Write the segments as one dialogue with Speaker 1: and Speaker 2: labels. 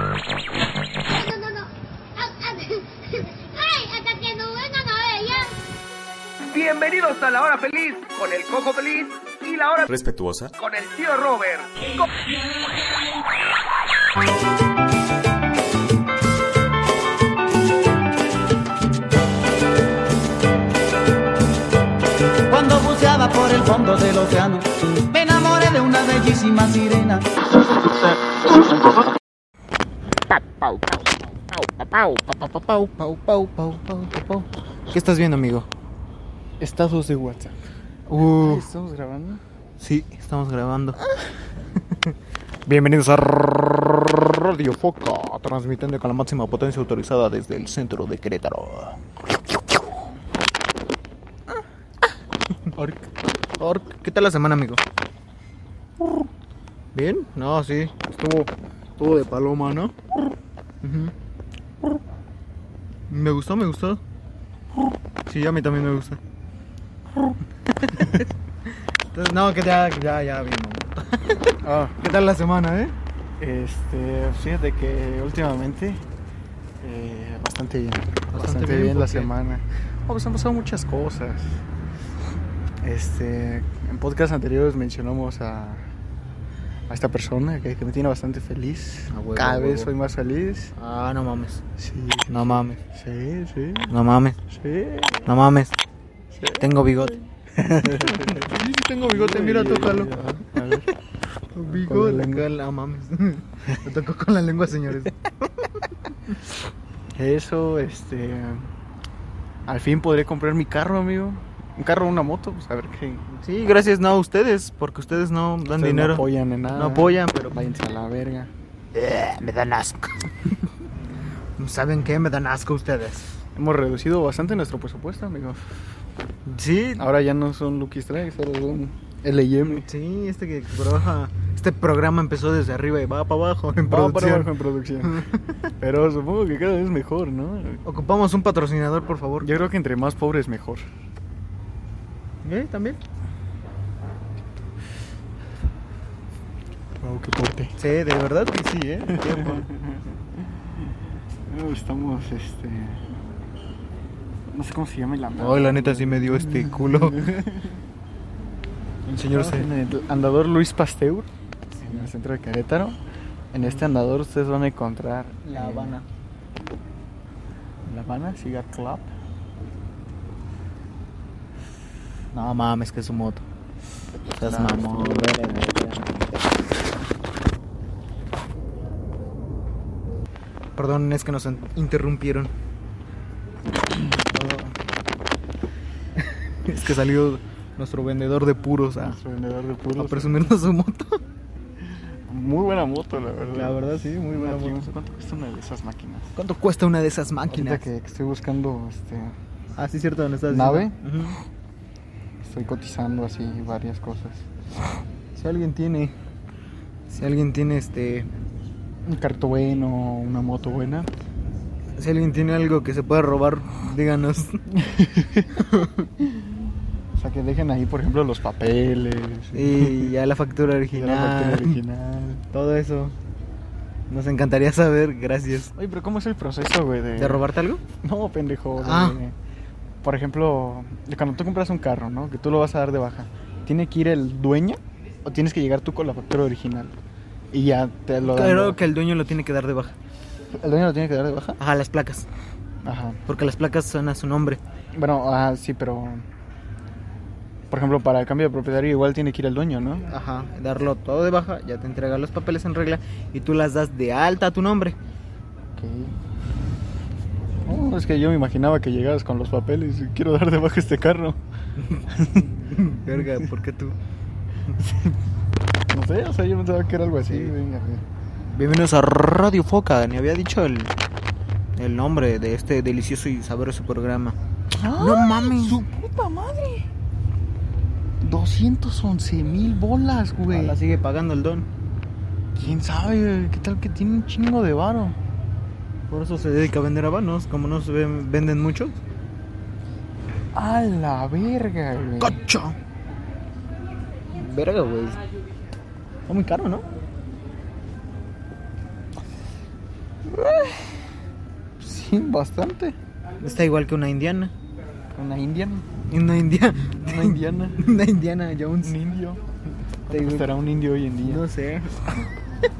Speaker 1: No, no, no. Ah, ah, ¡Ay! ¡Hasta que no vengan a ver ya!
Speaker 2: Bienvenidos a la hora feliz con el Coco Feliz y la hora
Speaker 3: respetuosa.
Speaker 2: con el tío Robert. Co-
Speaker 4: Cuando buceaba por el fondo del océano, me enamoré de una bellísima sirena.
Speaker 5: ¿Qué estás viendo, amigo?
Speaker 6: Estados de WhatsApp.
Speaker 5: Uh,
Speaker 6: ¿Estamos grabando?
Speaker 5: sí, estamos grabando.
Speaker 6: Bienvenidos a Radio Foca, transmitiendo
Speaker 5: Con la máxima potencia autorizada desde el centro de Querétaro. Orc, orc, ¿qué tal la semana, amigo? ¿Bien? No, sí. Estuvo todo de paloma, ¿no? Ujú. Me gustó, me gustó. Sí, a mí también me gusta. Entonces, no, que ya, ya, ya, bien. mamón.
Speaker 6: Ah,
Speaker 5: ¿Qué tal la semana, eh?
Speaker 6: este, fíjate que últimamente eh, bastante bien. Bastante,
Speaker 5: bien,
Speaker 6: bien,
Speaker 5: ¿por
Speaker 6: la
Speaker 5: qué?
Speaker 6: semana. Oh, pues han pasado muchas cosas. Este, en podcast anteriores mencionamos a, a esta persona que, que me tiene bastante feliz.
Speaker 5: A huevo,
Speaker 6: Cada
Speaker 5: a
Speaker 6: vez
Speaker 5: huevo.
Speaker 6: soy más feliz.
Speaker 5: Ah, no mames.
Speaker 6: Sí,
Speaker 5: No mames.
Speaker 6: sí, sí,
Speaker 5: No mames,
Speaker 6: sí.
Speaker 5: no mames. Tengo bigote.
Speaker 6: tengo
Speaker 5: bigote, mira, tócalo.
Speaker 6: A ver.
Speaker 5: Bigote, no mames. Me tocó con la lengua, señores.
Speaker 6: Eso, este. Al fin podré comprar mi carro, amigo. Un carro o una moto, pues a ver qué.
Speaker 5: Sí, gracias no a ustedes, porque ustedes no dan
Speaker 6: Ustedes
Speaker 5: dinero.
Speaker 6: No apoyan en nada.
Speaker 5: No apoyan, pero
Speaker 6: Váyanse a la verga.
Speaker 5: me dan asco. ¿Saben qué? Me dan asco ustedes.
Speaker 6: Hemos reducido bastante nuestro presupuesto, amigo.
Speaker 5: Sí,
Speaker 6: Ahora ya no son Lucky Strikes, ahora son LM.
Speaker 5: sí, este que trabaja. Este programa empezó desde arriba y va para abajo en
Speaker 6: Va para
Speaker 5: producción.
Speaker 6: abajo en producción. Pero supongo que cada vez mejor, ¿no?
Speaker 5: Ocupamos un patrocinador, por favor.
Speaker 6: Yo creo que entre más pobres mejor.
Speaker 5: ¿Eh? ¿También?
Speaker 6: Wow, qué fuerte.
Speaker 5: Sí, de verdad que sí, ¿eh? Tiempo.
Speaker 6: Estamos, este. No sé cómo se llama la
Speaker 5: Ay, la neta sí me dio este culo. El señor
Speaker 6: Señor,
Speaker 5: se...
Speaker 6: en el andador Luis Pasteur, en el centro de Querétaro. En este andador ustedes van a encontrar eh, La Habana Cigar Club.
Speaker 5: No mames, que es su moto. Estás
Speaker 6: No,
Speaker 5: mamón. Perdón, es que nos in- interrumpieron. es que salió nuestro vendedor de puros a,
Speaker 6: Nuestro vendedor de
Speaker 5: a
Speaker 6: puros.
Speaker 5: presumirnos su moto.
Speaker 6: Muy buena moto, la verdad.
Speaker 5: La verdad, sí, muy buena
Speaker 6: Aquí,
Speaker 5: moto.
Speaker 6: no sé ¿Cuánto cuesta una de esas máquinas?
Speaker 5: ¿Cuánto cuesta una de esas
Speaker 6: Ahorita
Speaker 5: máquinas?
Speaker 6: que, que estoy buscando, este,
Speaker 5: Ah, sí, cierto, ¿dónde estás?
Speaker 6: ¿Nave?
Speaker 5: Ujú.
Speaker 6: estoy cotizando así varias cosas.
Speaker 5: Si alguien tiene. Si alguien tiene este.
Speaker 6: Un carto bueno, una moto buena.
Speaker 5: Si alguien tiene algo que se pueda robar, díganos.
Speaker 6: O sea, que dejen ahí, por ejemplo, los papeles.
Speaker 5: Y ya la factura
Speaker 6: y
Speaker 5: original.
Speaker 6: la factura original.
Speaker 5: Todo eso. Nos encantaría saber, gracias.
Speaker 6: Oye, pero ¿cómo es el proceso, güey? De,
Speaker 5: ¿De robarte algo?
Speaker 6: No, pendejo.
Speaker 5: Ah.
Speaker 6: de- por ejemplo, de cuando tú compras un carro, ¿no? Que tú lo vas a dar de baja. ¿Tiene que ir el dueño o tienes que llegar tú con la factura original? Y ya te lo dan de
Speaker 5: Claro
Speaker 6: baja.
Speaker 5: que el dueño lo tiene que dar de baja.
Speaker 6: ¿El dueño lo tiene que dar de baja?
Speaker 5: Ajá, las placas.
Speaker 6: Ajá.
Speaker 5: Porque las placas son a su nombre.
Speaker 6: Bueno, ajá, sí, pero... Por ejemplo, para el cambio de propietario igual tiene que ir el dueño, ¿no?
Speaker 5: Ajá, darlo todo de baja, ya te entrega los papeles en regla y tú las das de alta a tu nombre.
Speaker 6: Ok. No, es que yo me imaginaba que llegabas con los papeles. y Quiero dar de baja este carro.
Speaker 5: Verga, ¿por qué tú?
Speaker 6: No sé, o sea, yo pensaba que era algo así.
Speaker 5: Sí.
Speaker 6: venga, güey.
Speaker 5: Bienvenidos a Radio Foca, ni había dicho el, el nombre de este delicioso y sabroso programa. no mames.
Speaker 6: ¡Ah! ¡Su puta madre! 211 mil bolas, güey.
Speaker 5: La sigue pagando el don.
Speaker 6: ¿Quién sabe? güey? ¿Qué tal que tiene un chingo de varo?
Speaker 5: Por eso se dedica a vender habanos, como no se ven- venden muchos.
Speaker 6: A la verga, güey.
Speaker 5: ¡Cacho! Verga, güey. Está muy caro, ¿no?
Speaker 6: Sí, bastante.
Speaker 5: Está igual que una indiana.
Speaker 6: Una indiana.
Speaker 5: Una indiana.
Speaker 6: Una indiana.
Speaker 5: una indiana
Speaker 6: Un
Speaker 5: Jones.
Speaker 6: indio.
Speaker 5: Te digo-
Speaker 6: ¿Cuánto costará un indio hoy en día?
Speaker 5: No sé.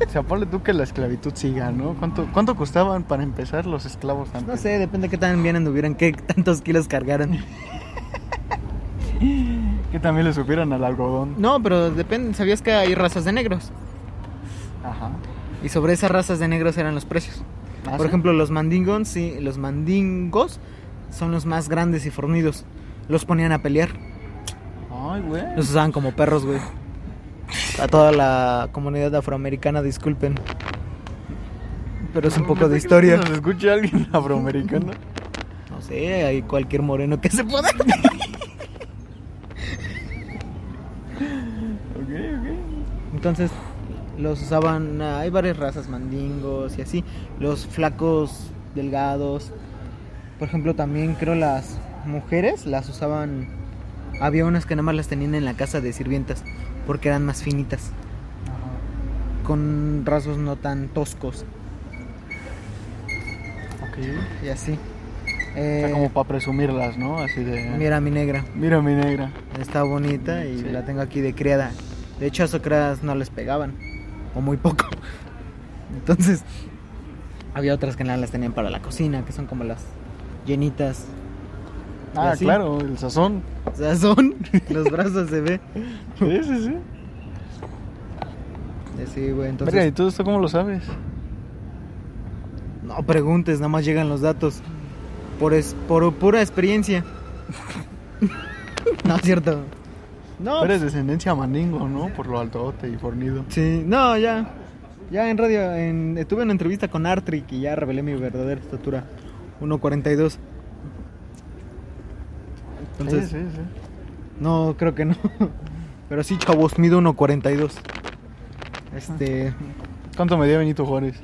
Speaker 6: O sea, ponle tú que la esclavitud siga, ¿no? ¿Cuánto, cuánto costaban para empezar los esclavos antes?
Speaker 5: No sé, depende de qué tan bien anduvieran, qué tantos kilos cargaran.
Speaker 6: Que también le supieran al algodón.
Speaker 5: No, pero depende. ¿Sabías que hay razas de negros?
Speaker 6: Ajá.
Speaker 5: Y sobre esas razas de negros eran los precios.
Speaker 6: ¿Ah,
Speaker 5: Por
Speaker 6: sí?
Speaker 5: ejemplo, los mandingos, sí, los mandingos son los más grandes y fornidos. Los ponían a pelear.
Speaker 6: Ay, güey.
Speaker 5: Los usaban como perros, güey. A toda la comunidad afroamericana, disculpen. Pero es un poco
Speaker 6: Pensé
Speaker 5: de
Speaker 6: que
Speaker 5: historia.
Speaker 6: Nos escucha alguien afroamericano.
Speaker 5: No sé, hay cualquier moreno que se pueda.
Speaker 6: ok, ok.
Speaker 5: Entonces, los usaban. ah, Hay varias razas, mandingos y así. Los flacos, delgados. Por ejemplo, también creo las mujeres las usaban. Había unas que nada más las tenían en la casa de sirvientas porque eran más finitas,
Speaker 6: Ajá.
Speaker 5: con rasgos no tan toscos
Speaker 6: Ok. O
Speaker 5: y así.
Speaker 6: sea,
Speaker 5: Eh,
Speaker 6: como para presumirlas, ¿no? Así de.
Speaker 5: Mira mi negra,
Speaker 6: Mira mi negra.
Speaker 5: está bonita y
Speaker 6: Sí.
Speaker 5: la tengo aquí de criada. De hecho, a Sócrates no les pegaban, o muy poco. Entonces, había otras que nada las tenían para la cocina, que son como las llenitas. Y
Speaker 6: Ah,
Speaker 5: así.
Speaker 6: claro, el sazón.
Speaker 5: O sea, son, los brazos se ve.
Speaker 6: Sí, sí, sí.
Speaker 5: Eh, Sí, güey,
Speaker 6: Verga, ¿y
Speaker 5: entonces.
Speaker 6: tú esto cómo lo sabes?
Speaker 5: No preguntes, nada más llegan los datos. Por, es, por pura experiencia. no es cierto. No, pues
Speaker 6: Tú eres descendencia mandingo, ¿no? Por lo altote y fornido.
Speaker 5: Sí, no, ya. Ya en radio, en, tuve una entrevista con Artrick y ya revelé mi verdadera estatura. 1.42. Entonces,
Speaker 6: Sí, sí, sí.
Speaker 5: no, creo que no. Pero sí, chavos, mido 1.42. Este,
Speaker 6: ¿Cuánto medía Benito Juárez?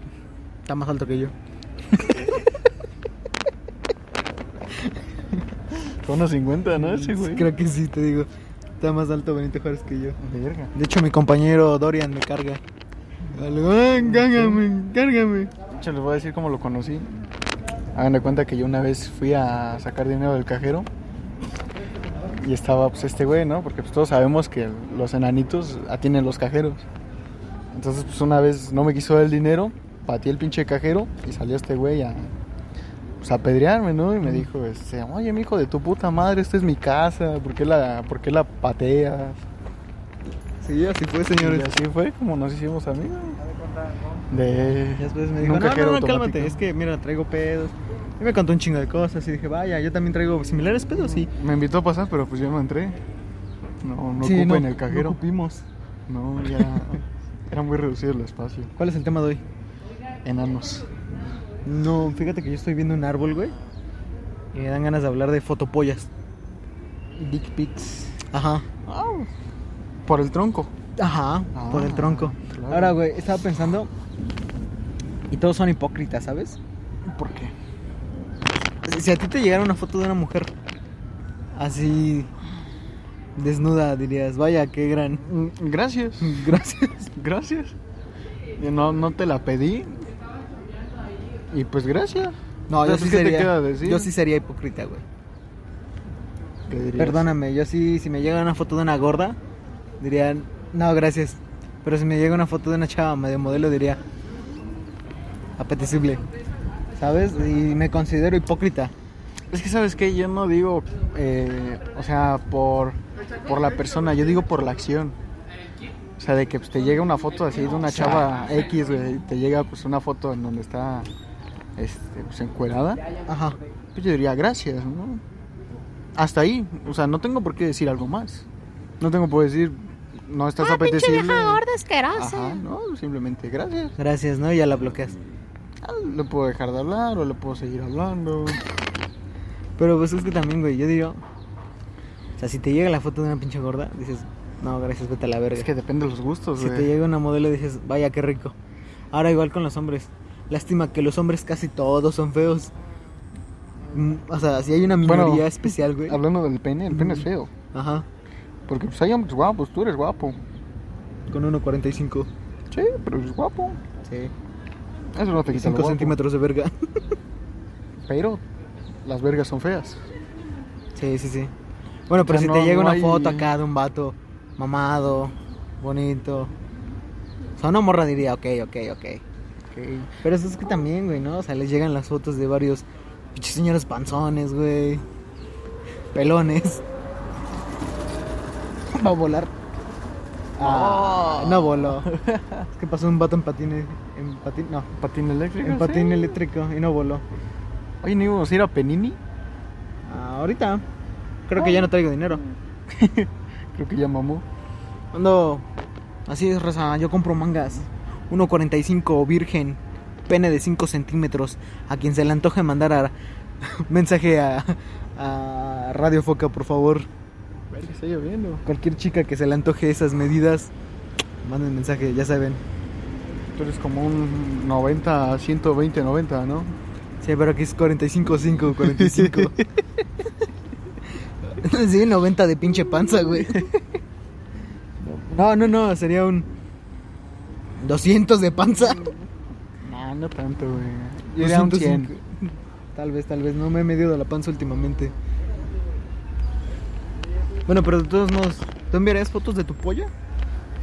Speaker 5: está más alto que yo.
Speaker 6: Son unos 50, ¿no? Ese güey.
Speaker 5: Creo que sí, te digo. Está más alto Benito Juárez que yo.
Speaker 6: Verga.
Speaker 5: De hecho, mi compañero Dorian me carga. Algo, cárgame, cárgame.
Speaker 6: Yo les voy a decir cómo lo conocí. Hagan de cuenta que yo una vez fui a sacar dinero del cajero y estaba pues este güey, ¿no? Porque pues todos sabemos que los enanitos atienden los cajeros. Entonces pues una vez no me quiso dar el dinero, patí el pinche cajero y salió este güey a pues a apedrearme, ¿no? Y me dijo, este, oye, mijo de tu puta madre, esta es mi casa, ¿por qué la, por qué la pateas?
Speaker 5: Sí, así fue,
Speaker 6: Y
Speaker 5: señores.
Speaker 6: así fue como nos hicimos amigos. De...
Speaker 5: Y después me dijo,
Speaker 6: un
Speaker 5: no,
Speaker 6: cajero
Speaker 5: no, no,
Speaker 6: automático".
Speaker 5: cálmate, es que mira, traigo pedos. Y me contó un chingo de cosas y dije, vaya, yo también traigo similares pedos y...
Speaker 6: Me invitó a pasar, pero pues yo no entré. No, no
Speaker 5: Sí,
Speaker 6: ocupé
Speaker 5: no-
Speaker 6: en el
Speaker 5: no
Speaker 6: cajero.
Speaker 5: ocupimos.
Speaker 6: No, ya era muy reducido el espacio.
Speaker 5: ¿Cuál es el tema de hoy?
Speaker 6: Enanos.
Speaker 5: No, fíjate que yo estoy viendo un árbol, güey. Y me dan ganas de hablar de fotopollas.
Speaker 6: Dick pics.
Speaker 5: Ajá.
Speaker 6: Ah, Por el tronco.
Speaker 5: Ajá,
Speaker 6: Ah,
Speaker 5: por el tronco.
Speaker 6: claro.
Speaker 5: Ahora, güey, estaba pensando... Y todos son hipócritas, ¿sabes?
Speaker 6: ¿Por qué?
Speaker 5: Si a ti te llegara una foto de una mujer así desnuda, dirías, vaya, qué gran...
Speaker 6: Mm, Gracias.
Speaker 5: Gracias.
Speaker 6: Gracias. Y No, no te la pedí. Y pues gracias.
Speaker 5: No, yo sí,
Speaker 6: Entonces, pues, ¿qué te
Speaker 5: sería,
Speaker 6: queda decir?
Speaker 5: yo sí sería hipócrita, güey.
Speaker 6: ¿Qué dirías?
Speaker 5: Perdóname, yo sí, si me llega una foto de una gorda, diría, no, gracias. Pero si me llega una foto de una chava medio modelo, diría, apetecible. ¿Sabes? Y me considero hipócrita.
Speaker 6: Es que sabes que yo no digo, eh, o sea, por, por la persona, yo digo por la acción. O sea, de que pues, te llega una foto así de una chava X, güey, y te llega pues una foto en donde está este, pues, encuerada,
Speaker 5: Ajá.
Speaker 6: pues yo diría gracias, ¿no? Hasta ahí, o sea, no tengo por qué decir algo más. No tengo por qué decir, no estás apetecible. Ajá, no, simplemente gracias.
Speaker 5: Gracias, ¿no? Y ya la bloqueas.
Speaker 6: Ah, Le puedo dejar de hablar o le puedo seguir hablando.
Speaker 5: Pero pues es que también, güey, yo diría, o sea, si te llega la foto de una pinche gorda, dices, No, gracias, vete a la verga.
Speaker 6: Es que depende de los gustos,
Speaker 5: si
Speaker 6: güey.
Speaker 5: te llega una modelo y dices, vaya, qué rico. Ahora igual con los hombres. Lástima que los hombres casi todos son feos. Mm, O sea, si hay una minoría
Speaker 6: Bueno,
Speaker 5: especial, güey.
Speaker 6: Hablando del pene, el pene es feo.
Speaker 5: Ajá,
Speaker 6: Porque pues hay hombres guapos, tú eres guapo.
Speaker 5: con 1.45.
Speaker 6: Sí, pero eres guapo.
Speaker 5: Sí.
Speaker 6: Eso no te quita
Speaker 5: 5
Speaker 6: lo guapo.
Speaker 5: centímetros de verga.
Speaker 6: Pero las vergas son feas.
Speaker 5: Sí, sí, sí. Bueno, pero
Speaker 6: O
Speaker 5: si
Speaker 6: sea, no-
Speaker 5: te llega
Speaker 6: no
Speaker 5: una
Speaker 6: hay-
Speaker 5: foto acá de un vato mamado, bonito. O sea, una morra diría, ok, ok, ok. Pero eso es que también, güey, ¿no? O sea, les llegan las fotos de varios pinches señores panzones, güey. Pelones.
Speaker 6: Va a volar.
Speaker 5: Ah, no voló. Es que pasó un vato en patín, en patín, no,
Speaker 6: Patín eléctrico.
Speaker 5: en
Speaker 6: sí.
Speaker 5: patín eléctrico y no voló.
Speaker 6: Oye, ¿no íbamos a ir a Penini?
Speaker 5: Ah, ahorita creo que ya no traigo dinero.
Speaker 6: Creo que ya mamó.
Speaker 5: Ando así es, raza, yo compro mangas 1.45 virgen, pene de 5 centímetros. A quien se le antoje mandar a- mensaje a, a Radio Foca, por favor.
Speaker 6: Verga, está lloviendo.
Speaker 5: Cualquier chica que se le antoje esas medidas, manden mensaje, ya saben.
Speaker 6: Tú eres como un 90, 120, 90, ¿no?
Speaker 5: Sí, pero aquí es 45-5, 45. sí, 90 de pinche panza, güey. No, no, no, sería un 200 de panza.
Speaker 6: No, no tanto, güey. Yo
Speaker 5: Yo
Speaker 6: iría a un
Speaker 5: 105.
Speaker 6: 100.
Speaker 5: Tal vez, tal vez. No me he medido la panza últimamente. Bueno, pero de todos modos, ¿tú enviarías fotos de tu polla?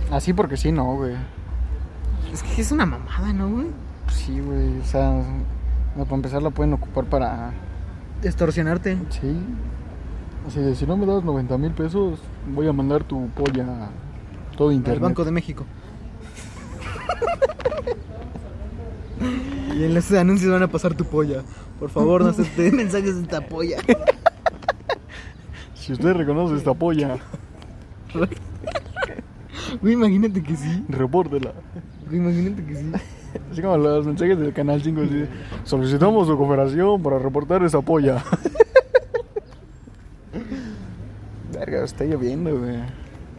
Speaker 6: Así porque Ah, sí, no, güey.
Speaker 5: Es que es una mamada, ¿no, güey?
Speaker 6: Sí, güey. O sea, no, para empezar la pueden ocupar para.
Speaker 5: Extorsionarte.
Speaker 6: Sí. Así de, si no me das 90 mil pesos, voy a mandar tu polla a todo
Speaker 5: Al
Speaker 6: internet.
Speaker 5: Banco de México. y en los anuncios van a pasar tu polla. Por favor, no acepten mensajes de esta polla.
Speaker 6: Si usted reconoce esta polla,
Speaker 5: Güey, imagínate que sí.
Speaker 6: repórtela.
Speaker 5: Güey, imagínate que sí.
Speaker 6: Así como los mensajes del canal 5 así de, solicitamos su cooperación para reportar esa polla. Verga, está lloviendo, güey.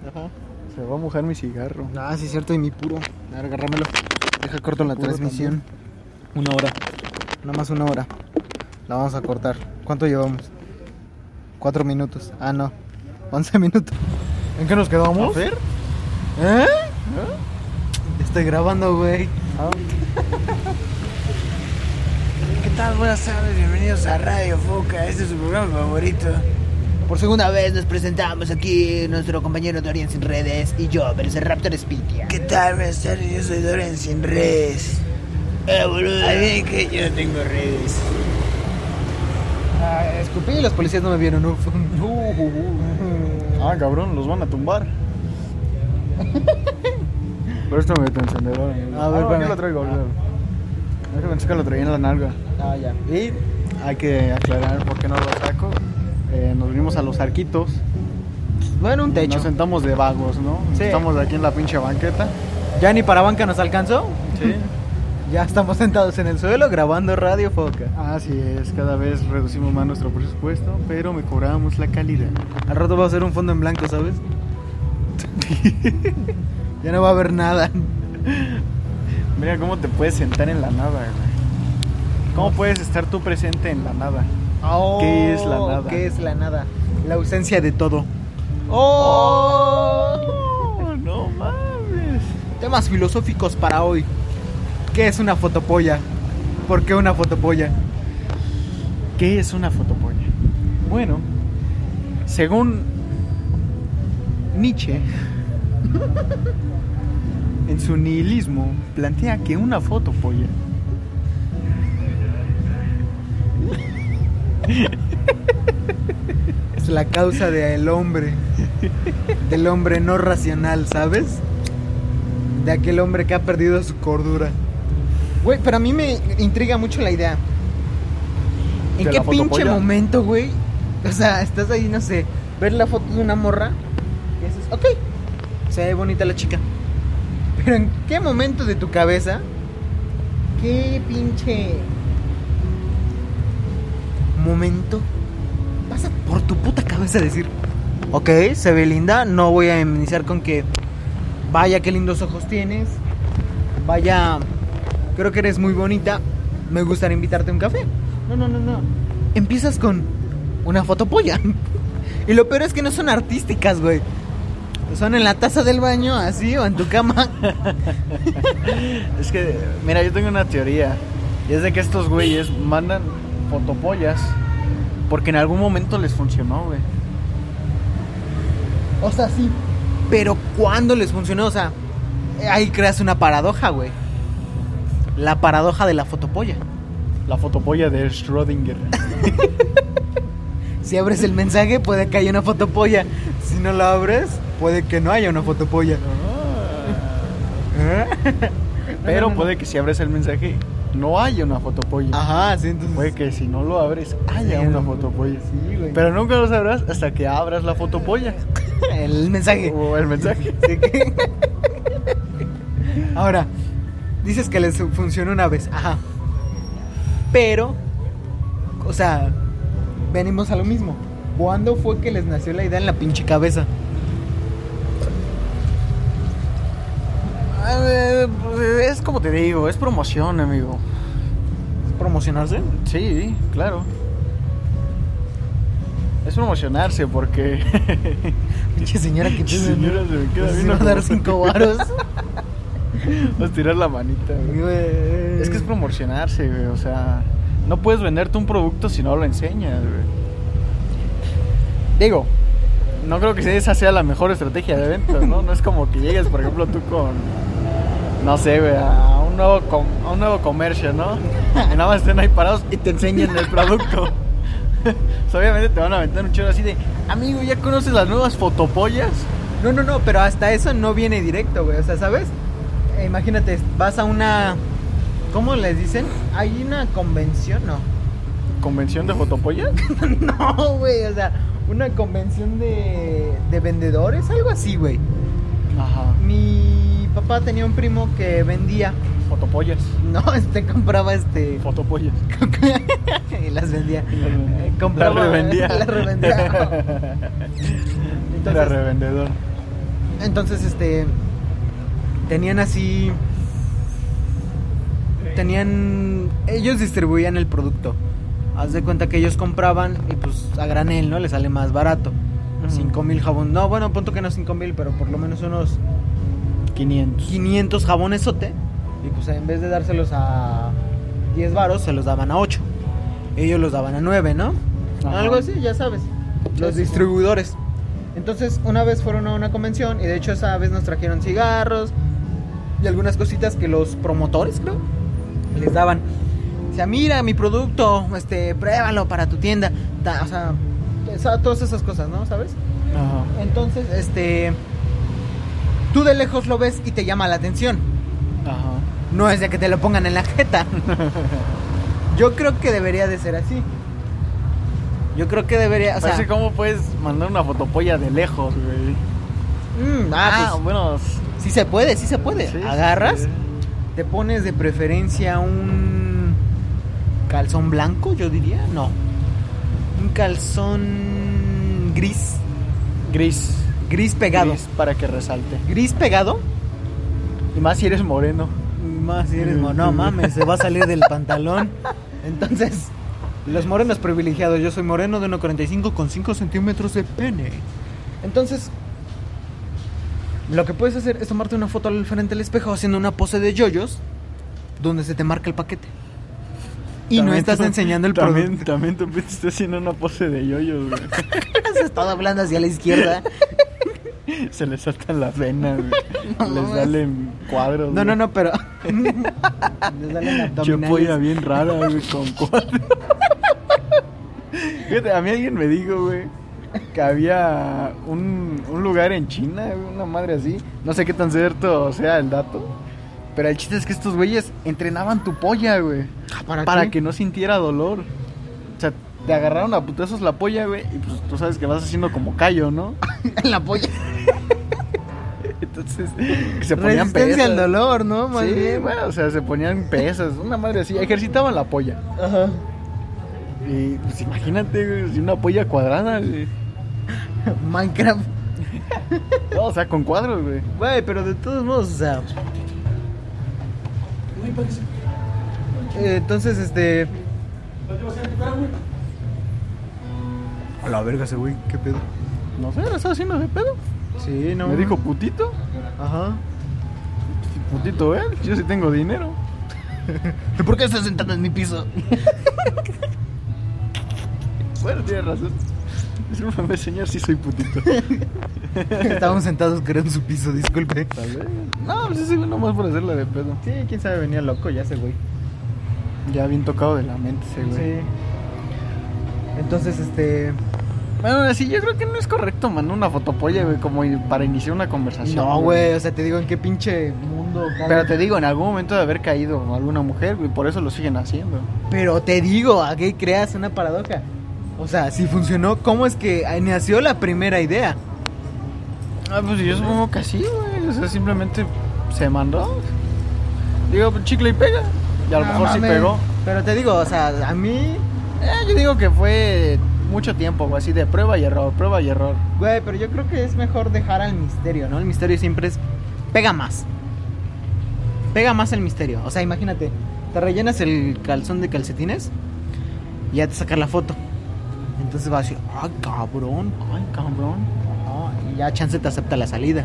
Speaker 5: Ajá.
Speaker 6: Se va a mojar mi cigarro.
Speaker 5: Ah, sí, es cierto, y mi puro. A ver, agárramelo. Deja corto la
Speaker 6: Puro
Speaker 5: transmisión. Una hora. Nada más una hora. La vamos a cortar. ¿Cuánto llevamos? Cuatro minutos. Ah, no. Once minutos.
Speaker 6: ¿En qué nos quedamos? ver?
Speaker 5: ¿Eh? Estoy grabando, güey.
Speaker 3: Ah. ¿Qué tal? Buenas tardes, bienvenidos a Radio Foca, este es su programa favorito.
Speaker 5: Por segunda vez nos presentamos aquí nuestro compañero Dorian sin redes y yo, pero es el Raptor Spitia.
Speaker 3: ¿Qué tal? Buenas tardes, yo soy Dorian sin redes. Eh, boludo. Ahí viene que yo no tengo redes.
Speaker 5: Ah, escupí y los policías no me vieron, uf.
Speaker 6: Ah, cabrón, los van a tumbar. Pero esto me tu encendedor. amigo.
Speaker 5: A ver,
Speaker 6: Ah, no,
Speaker 5: espérame.
Speaker 6: yo lo traigo, olvídalo. Es que pensé que lo traía en la nalga.
Speaker 5: Ah, ya.
Speaker 6: Y hay que aclarar por qué no lo saco. Eh, nos vinimos a los arquitos.
Speaker 5: Bueno, un techo.
Speaker 6: Nos sentamos de vagos, ¿no?
Speaker 5: Sí.
Speaker 6: Estamos aquí en la pinche banqueta.
Speaker 5: Ya ni para banca nos alcanzó.
Speaker 6: Sí.
Speaker 5: Ya estamos sentados en el suelo grabando Radio Foca.
Speaker 6: Así es, cada vez reducimos más nuestro presupuesto, pero mejoramos la calidad.
Speaker 5: Al rato va a ser un fondo en blanco, ¿sabes? ya no va a haber nada.
Speaker 6: Mira cómo te puedes sentar en la nada, güey. ¿Cómo puedes estar tú presente en la nada? Oh, ¿Qué es la nada?
Speaker 5: ¿Qué es la nada? La ausencia de todo.
Speaker 6: ¡Oh! No mames.
Speaker 5: Temas filosóficos para hoy. ¿Qué es una fotopolla? ¿Por qué una fotopolla?
Speaker 6: ¿Qué es una fotopolla? Bueno, según Nietzsche, en su nihilismo, plantea que una fotopolla.
Speaker 5: Es la causa del hombre. Del hombre no racional, ¿sabes? De aquel hombre que ha perdido su cordura. Güey, pero a mí me intriga mucho la idea. ¿En
Speaker 6: ¿De
Speaker 5: qué
Speaker 6: la
Speaker 5: pinche
Speaker 6: fotopolla?
Speaker 5: momento, güey? O sea, estás ahí, no sé, ver la foto de una morra y dices, ok, se ve bonita la chica. Pero ¿en qué momento de tu cabeza? ¿Qué pinche momento pasa por tu puta cabeza decir, ok, se ve linda, no voy a iniciar con que, vaya, qué lindos ojos tienes, vaya, creo que eres muy bonita, me gustaría invitarte a un café. No, no, no, no. Empiezas con una foto polla. y lo peor es que no son artísticas, güey. Son en la taza del baño, así, o en tu cama.
Speaker 6: Es que, mira, yo tengo una teoría. Y es de que estos güeyes mandan fotopollas. Porque en algún momento les funcionó, güey.
Speaker 5: O sea, sí. Pero ¿cuándo les funcionó? O sea, ahí creas una paradoja, güey. La paradoja de la fotopolla.
Speaker 6: La fotopolla de Schrödinger.
Speaker 5: Si abres el mensaje, puede que haya una fotopolla. Si no la abres, puede que no haya una fotopolla.
Speaker 6: Pero puede que si abres el mensaje, no haya una fotopolla.
Speaker 5: Ajá, sí, entonces.
Speaker 6: Puede que si no lo abres, haya
Speaker 5: Sí,
Speaker 6: una
Speaker 5: no,
Speaker 6: fotopolla.
Speaker 5: sí, güey.
Speaker 6: Pero nunca lo sabrás hasta que abras la fotopolla.
Speaker 5: El mensaje.
Speaker 6: O el mensaje.
Speaker 5: Sí que- Ahora, dices que les funcionó una vez, ajá. Pero, o sea, venimos a lo mismo. ¿Cuándo fue que les nació la idea en la pinche cabeza?
Speaker 6: A ver, pues, Es como te digo, es promoción, amigo.
Speaker 5: ¿Promocionarse?
Speaker 6: Sí, claro. Es promocionarse porque.
Speaker 5: Pinche señora que te
Speaker 6: Señora, se me queda
Speaker 5: Nos
Speaker 6: viendo
Speaker 5: iba a dar
Speaker 6: como-
Speaker 5: cinco varos.
Speaker 6: Vas a tirar la manita, güey. Es que es promocionarse, güey. O sea, no puedes venderte un producto si no lo enseñas, güey. Digo, no creo que esa sea la mejor estrategia de ventas, ¿no? No es como que llegues, por ejemplo, tú con. No sé, güey, a un nuevo, com- a un nuevo comercio, ¿no? Y nada más estén ahí parados y te enseñen el producto. O sea, obviamente te van a aventar un chorro así de, amigo, ¿ya conoces las nuevas fotopollas?
Speaker 5: No, no, no, pero hasta eso no viene directo, güey. O sea, ¿sabes? Eh, Imagínate, vas a una. ¿Cómo les dicen? ¿Hay una convención? No.
Speaker 6: ¿Convención de fotopollas?
Speaker 5: No, güey, o sea, una convención de, de vendedores, algo así, güey.
Speaker 6: Ajá,
Speaker 5: Mi papá tenía un primo que vendía,
Speaker 6: fotopollas.
Speaker 5: no, este compraba este
Speaker 6: Fotopollas.
Speaker 5: y las vendía. Eh,
Speaker 6: La
Speaker 5: compraba-
Speaker 6: revendía.
Speaker 5: La revendía.
Speaker 6: Era
Speaker 5: Entonces,
Speaker 6: revendedor.
Speaker 5: entonces este tenían así tenían ellos distribuían el producto. Haz de cuenta que ellos compraban y pues a granel, ¿no? Le sale más barato.
Speaker 6: Ujú.
Speaker 5: 5 mil jabón. No, bueno, punto que no 5 mil, pero por lo menos unos
Speaker 6: 500.
Speaker 5: 500 jabones sote y pues en vez de dárselos a 10 varos se los daban a 8. Ellos los daban a 9, ¿no?
Speaker 6: Ajá.
Speaker 5: Algo así, ya sabes. Los
Speaker 6: sí.
Speaker 5: distribuidores. Entonces, una vez fueron a una convención y de hecho esa vez nos trajeron cigarros y algunas cositas que los promotores, creo, les daban. Decía, mira mi producto, este, pruébalo para tu tienda. Ta- o sea, esa- todas esas cosas, ¿no? ¿Sabes?
Speaker 6: Ajá.
Speaker 5: Entonces, este. Tú de lejos lo ves y te llama la atención.
Speaker 6: Ajá.
Speaker 5: No es de que te lo pongan en la jeta. Yo creo que debería de ser así. Yo creo que debería. O sea,
Speaker 6: Parece Pues cómo puedes mandar una fotopolla de lejos, güey.
Speaker 5: mm, ah, pues,
Speaker 6: bueno. s-
Speaker 5: sí se puede, sí se puede.
Speaker 6: sí,
Speaker 5: Agarras,
Speaker 6: sí.
Speaker 5: te pones de preferencia un calzón blanco, yo diría. No. Un calzón gris.
Speaker 6: Gris.
Speaker 5: Gris pegado.
Speaker 6: Gris para que resalte.
Speaker 5: gris pegado.
Speaker 6: Y más si eres moreno.
Speaker 5: Más si eres mono, no mames, se va a salir del pantalón. Entonces, los morenos privilegiados, yo soy moreno de 1,45 con 5 centímetros de pene. Entonces, lo que puedes hacer es tomarte una foto al frente del espejo haciendo una pose de yoyos donde se te marca el paquete. Y no
Speaker 6: También
Speaker 5: estás
Speaker 6: tú-
Speaker 5: enseñando el
Speaker 6: también,
Speaker 5: producto.
Speaker 6: También tú estás haciendo una pose de yoyos, güey.
Speaker 5: Estás todo hablando hacia la izquierda.
Speaker 6: Se les saltan las venas, güey.
Speaker 5: No,
Speaker 6: les
Speaker 5: mames.
Speaker 6: salen cuadros.
Speaker 5: No,
Speaker 6: güey.
Speaker 5: no, no, pero. Les salen
Speaker 6: Yo
Speaker 5: abdominales.
Speaker 6: polla bien rara, güey, con cuadros. Fíjate, a mí alguien me dijo, güey, que había un, un lugar en China, güey, una madre así. No sé qué tan cierto sea el dato. Pero el chiste es que estos güeyes entrenaban tu polla, güey.
Speaker 5: ¿Para
Speaker 6: ¿Para,
Speaker 5: qué?
Speaker 6: que no sintiera dolor. O sea, te agarraron a putazos la polla, güey. Y pues tú sabes que vas haciendo como callo, ¿no?
Speaker 5: En la polla.
Speaker 6: Entonces, que se ponían
Speaker 5: Resistencia
Speaker 6: pesas.
Speaker 5: al dolor, ¿no? Más
Speaker 6: Sí,
Speaker 5: bien.
Speaker 6: bueno, o sea, se ponían pesas. Una madre así. Ejercitaban la polla.
Speaker 5: Ajá.
Speaker 6: Y pues imagínate, güey, si una polla cuadrada, güey.
Speaker 5: Minecraft.
Speaker 6: No, o sea, con cuadros, güey.
Speaker 5: Güey, pero de todos modos, o sea. Eh, entonces, este.
Speaker 6: A la verga ese güey, qué pedo. No sé, ¿lo estaba haciendo de pedo?
Speaker 5: Sí, no.
Speaker 6: Me dijo putito.
Speaker 5: Ajá.
Speaker 6: Putito él, yo sí tengo dinero.
Speaker 3: ¿Por qué estás sentado en mi piso?
Speaker 6: Bueno, tienes razón. Discúlpame, señor, sí soy putito.
Speaker 5: Estábamos sentados, creo, en su piso, disculpe.
Speaker 6: Tal vez. No, pues ese güey nomás por hacerla de pedo.
Speaker 5: Sí, quién sabe, venía loco ya ese güey.
Speaker 6: Ya bien tocado de la mente ese güey.
Speaker 5: Entonces, este.
Speaker 6: Bueno, así yo creo que no es correcto, man, una fotopolla, güey, como para iniciar una conversación.
Speaker 5: No, güey, o sea, te digo en qué pinche mundo. cabe?
Speaker 6: Pero te digo, en algún momento de haber caído alguna mujer, güey, por eso lo siguen haciendo.
Speaker 5: Pero te digo, aquí creas una paradoja. O sea, si funcionó, ¿cómo es que eh, nació la primera idea?
Speaker 6: Ah, pues yo supongo que así, güey. O sea, simplemente se mandó. Digo, pues, chicle y pega. Y a lo
Speaker 5: No
Speaker 6: mejor sí
Speaker 5: Ah, mames.
Speaker 6: pegó.
Speaker 5: Pero te digo, o sea, a mí.
Speaker 6: Eh, yo digo que fue mucho tiempo, güey, así de prueba y error, prueba y error.
Speaker 5: Güey, pero yo creo que es mejor dejar al misterio, ¿no? El misterio siempre es. Pega más. Pega más el misterio. O sea, imagínate, te rellenas el calzón de calcetines y ya te sacas la foto. Entonces vas a decir, ah, cabrón,
Speaker 6: Ay, cabrón.
Speaker 5: No, y ya chance te acepta la salida.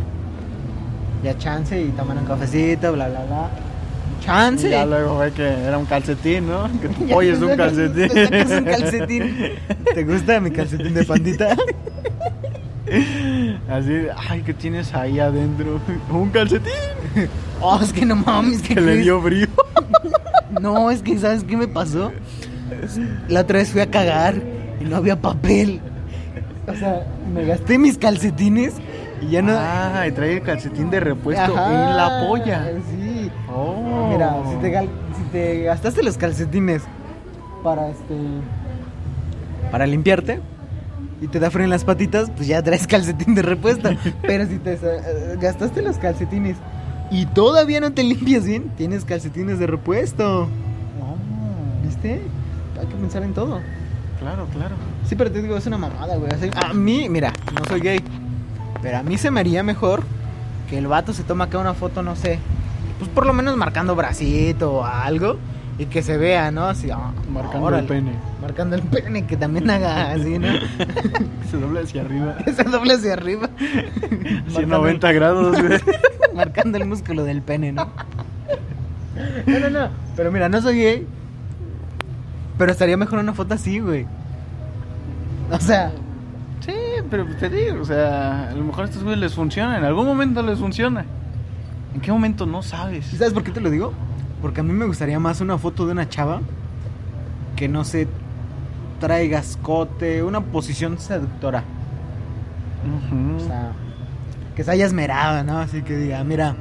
Speaker 5: Ya chance y toman un cafecito, bla, bla, bla. Chance.
Speaker 6: Y ya luego ve que era un calcetín, ¿no? Que tu
Speaker 5: Ya
Speaker 6: pollo es
Speaker 5: te
Speaker 6: un
Speaker 5: sacas-
Speaker 6: calcetín.
Speaker 5: te sacas un calcetín. ¿Te gusta mi calcetín de pandita?
Speaker 6: Así, ay, ¿qué tienes ahí adentro? Un calcetín
Speaker 5: Oh, es que no mames, que
Speaker 6: que le
Speaker 5: Chris-
Speaker 6: dio brío.
Speaker 5: No, es que ¿sabes qué me pasó? La otra vez fui a cagar y no había papel. O sea, me gasté mis calcetines y ya no.
Speaker 6: Ah, y trae el calcetín de repuesto
Speaker 5: Ajá,
Speaker 6: en la polla.
Speaker 5: Sí.
Speaker 6: Oh.
Speaker 5: Mira, si te, gal- si te gastaste los calcetines para este para limpiarte y te da frío en las patitas, pues ya traes calcetín de repuesto. Pero si te sa- eh, gastaste los calcetines y todavía no te limpias bien, tienes calcetines de repuesto.
Speaker 6: Oh,
Speaker 5: ¿Viste? Hay que pensar en todo.
Speaker 6: claro, claro.
Speaker 5: Sí, pero te digo, es una mamada, güey. O sea, a mí, mira, no soy gay. Pero a mí se me haría mejor que el vato se toma acá una foto, no sé. Pues por lo menos marcando bracito o algo. Y que se vea, ¿no? Así, ah,
Speaker 6: Marcando
Speaker 5: órale.
Speaker 6: el pene.
Speaker 5: Marcando el pene, que también haga así, ¿no?
Speaker 6: Se dobla hacia arriba.
Speaker 5: Que se doble hacia arriba.
Speaker 6: Así
Speaker 5: Marcando-
Speaker 6: 90 grados, güey.
Speaker 5: Marcando el músculo del pene, ¿no? No, no, no. Pero mira, no soy gay. Pero estaría mejor una foto así, güey. O sea,
Speaker 6: Sí, pero te digo, o sea, a lo mejor a estos güeyes les funciona, en algún momento les funciona. ¿En qué momento no sabes?
Speaker 5: ¿Y ¿Sabes por qué te lo digo? Porque a mí me gustaría más una foto de una chava que no se traiga escote, una posición seductora. O
Speaker 6: Ujú.
Speaker 5: sea, que se haya esmerado, ¿no? Así que diga, mira,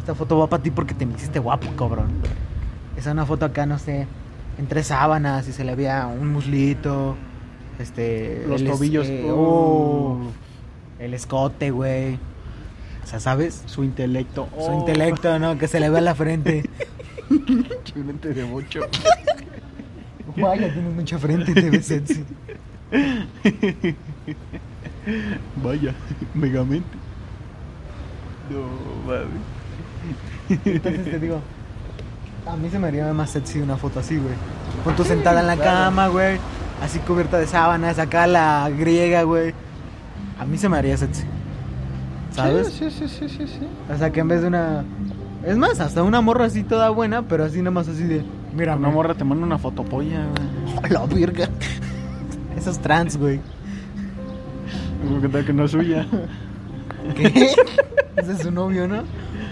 Speaker 5: esta foto va para ti porque te me hiciste guapo, cabrón. Esa una foto acá, no sé, entre sábanas y se le veía un muslito, este...
Speaker 6: Los
Speaker 5: el es-
Speaker 6: tobillos.
Speaker 5: eh,
Speaker 6: oh,
Speaker 5: oh, el escote, güey. O sea, ¿sabes?
Speaker 6: su intelecto.
Speaker 5: Su
Speaker 6: oh,
Speaker 5: intelecto, ¿no? Que se le vea la frente.
Speaker 6: pinche mente de bocho.
Speaker 5: Vaya, tienes mucha frente, te ves sexy.
Speaker 6: Vaya, megamente. No, mames.
Speaker 5: Entonces te digo, a mí se me haría más sexy una foto así, güey. Con tú sentada en la cama, güey, así cubierta de sábanas, acá la griega, güey. A mí se me haría sexy. ¿Sabes?
Speaker 6: Sí, sí, sí, sí, sí.
Speaker 5: O sea, que en vez de una. Es más, hasta una morra así toda buena, pero así nomás así de. Mira,
Speaker 6: Una morra te manda una fotopolla, güey.
Speaker 5: La virga. Esos trans, güey.
Speaker 6: Algo que tal que no es suya.
Speaker 5: ¿Qué? Ese es su novio, ¿no?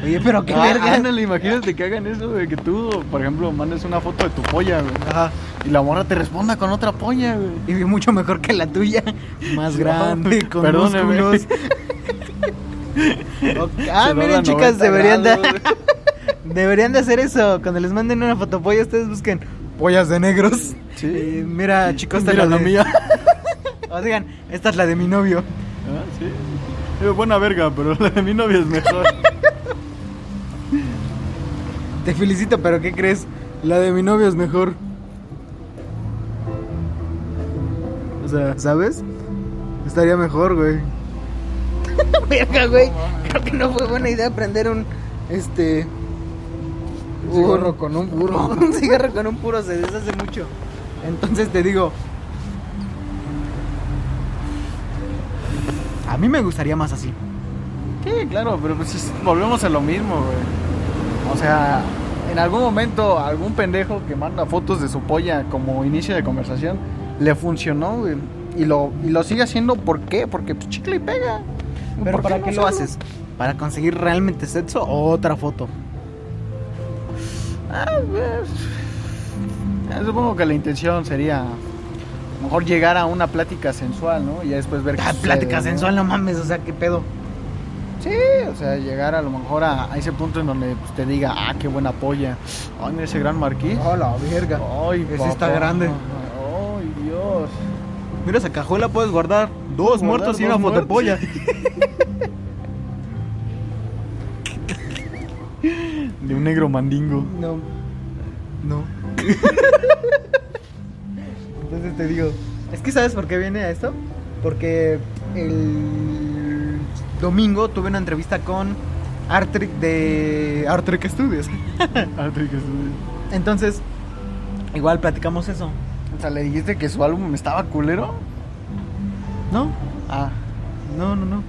Speaker 5: Oye, pero qué verga.
Speaker 6: Ah, Ándale, imagínate que hagan eso, güey, que tú, por ejemplo, mandes una foto de tu polla, güey.
Speaker 5: Ajá.
Speaker 6: Y la morra te responda con otra polla, güey.
Speaker 5: Y vi mucho mejor que la tuya. Más
Speaker 6: No,
Speaker 5: grande, con
Speaker 6: perdóneme.
Speaker 5: músculos. Ok, Ah,
Speaker 6: Se dobla
Speaker 5: miren, chicas,
Speaker 6: 90
Speaker 5: deberían de,
Speaker 6: grados, güey.
Speaker 5: deberían de hacer eso. Cuando les manden una fotopolla, ustedes busquen pollas de negros.
Speaker 6: Sí.
Speaker 5: Y mira, Ah, chicos, esta
Speaker 6: Mira
Speaker 5: es la,
Speaker 6: la
Speaker 5: de-
Speaker 6: mía.
Speaker 5: O digan, esta es la de mi novio.
Speaker 6: Ah, sí. Eh, buena verga, pero la de mi novia es mejor.
Speaker 5: Te felicito, pero ¿qué crees? La de mi novio es mejor.
Speaker 6: O sea,
Speaker 5: ¿Sabes? Estaría mejor, güey. Verga, güey. Creo que no fue buena idea prender un. Este. Un cigarro con un puro. un cigarro con un puro se deshace mucho. Entonces te digo. A mí me gustaría más así.
Speaker 6: Sí, claro, pero pues es- volvemos a lo mismo, güey. O sea, en algún momento algún pendejo que manda fotos de su polla como inicio de conversación le funcionó, güey. Y lo, y lo sigue haciendo, ¿por qué? Porque pues, chicle y pega.
Speaker 5: Pero
Speaker 6: ¿Por
Speaker 5: ¿para
Speaker 6: no
Speaker 5: qué lo
Speaker 6: hacerlo?
Speaker 5: haces? ¿Para conseguir realmente sexo o otra foto?
Speaker 6: Ah, pues, eh, Supongo que la intención sería a lo mejor llegar a una plática sensual, ¿no? Y ya después ver qué
Speaker 5: Ah,
Speaker 6: sucede,
Speaker 5: plática
Speaker 6: ¿no?
Speaker 5: sensual, no mames, o sea, qué pedo.
Speaker 6: Sí, o sea, llegar a lo mejor a, a ese punto en donde pues, te diga, ah, qué buena polla. Ay, mira ese gran marqués.
Speaker 5: Hola, verga.
Speaker 6: Ay,
Speaker 5: Ese está grande.
Speaker 6: Ay, Dios.
Speaker 5: Mira esa cajuela, puedes guardar dos
Speaker 6: Guardar
Speaker 5: muertos y
Speaker 6: dos
Speaker 5: una fotopolla.
Speaker 6: De un negro mandingo.
Speaker 5: No. No. Entonces te digo. Es que sabes por qué viene a esto. Porque el domingo tuve una entrevista con Artric de Artric Studios.
Speaker 6: Ah, te dije, sí.
Speaker 5: Entonces, igual platicamos eso.
Speaker 6: O sea, le dijiste que su álbum estaba culero.
Speaker 5: ¿No?
Speaker 6: Ah,
Speaker 5: No, no, no. No.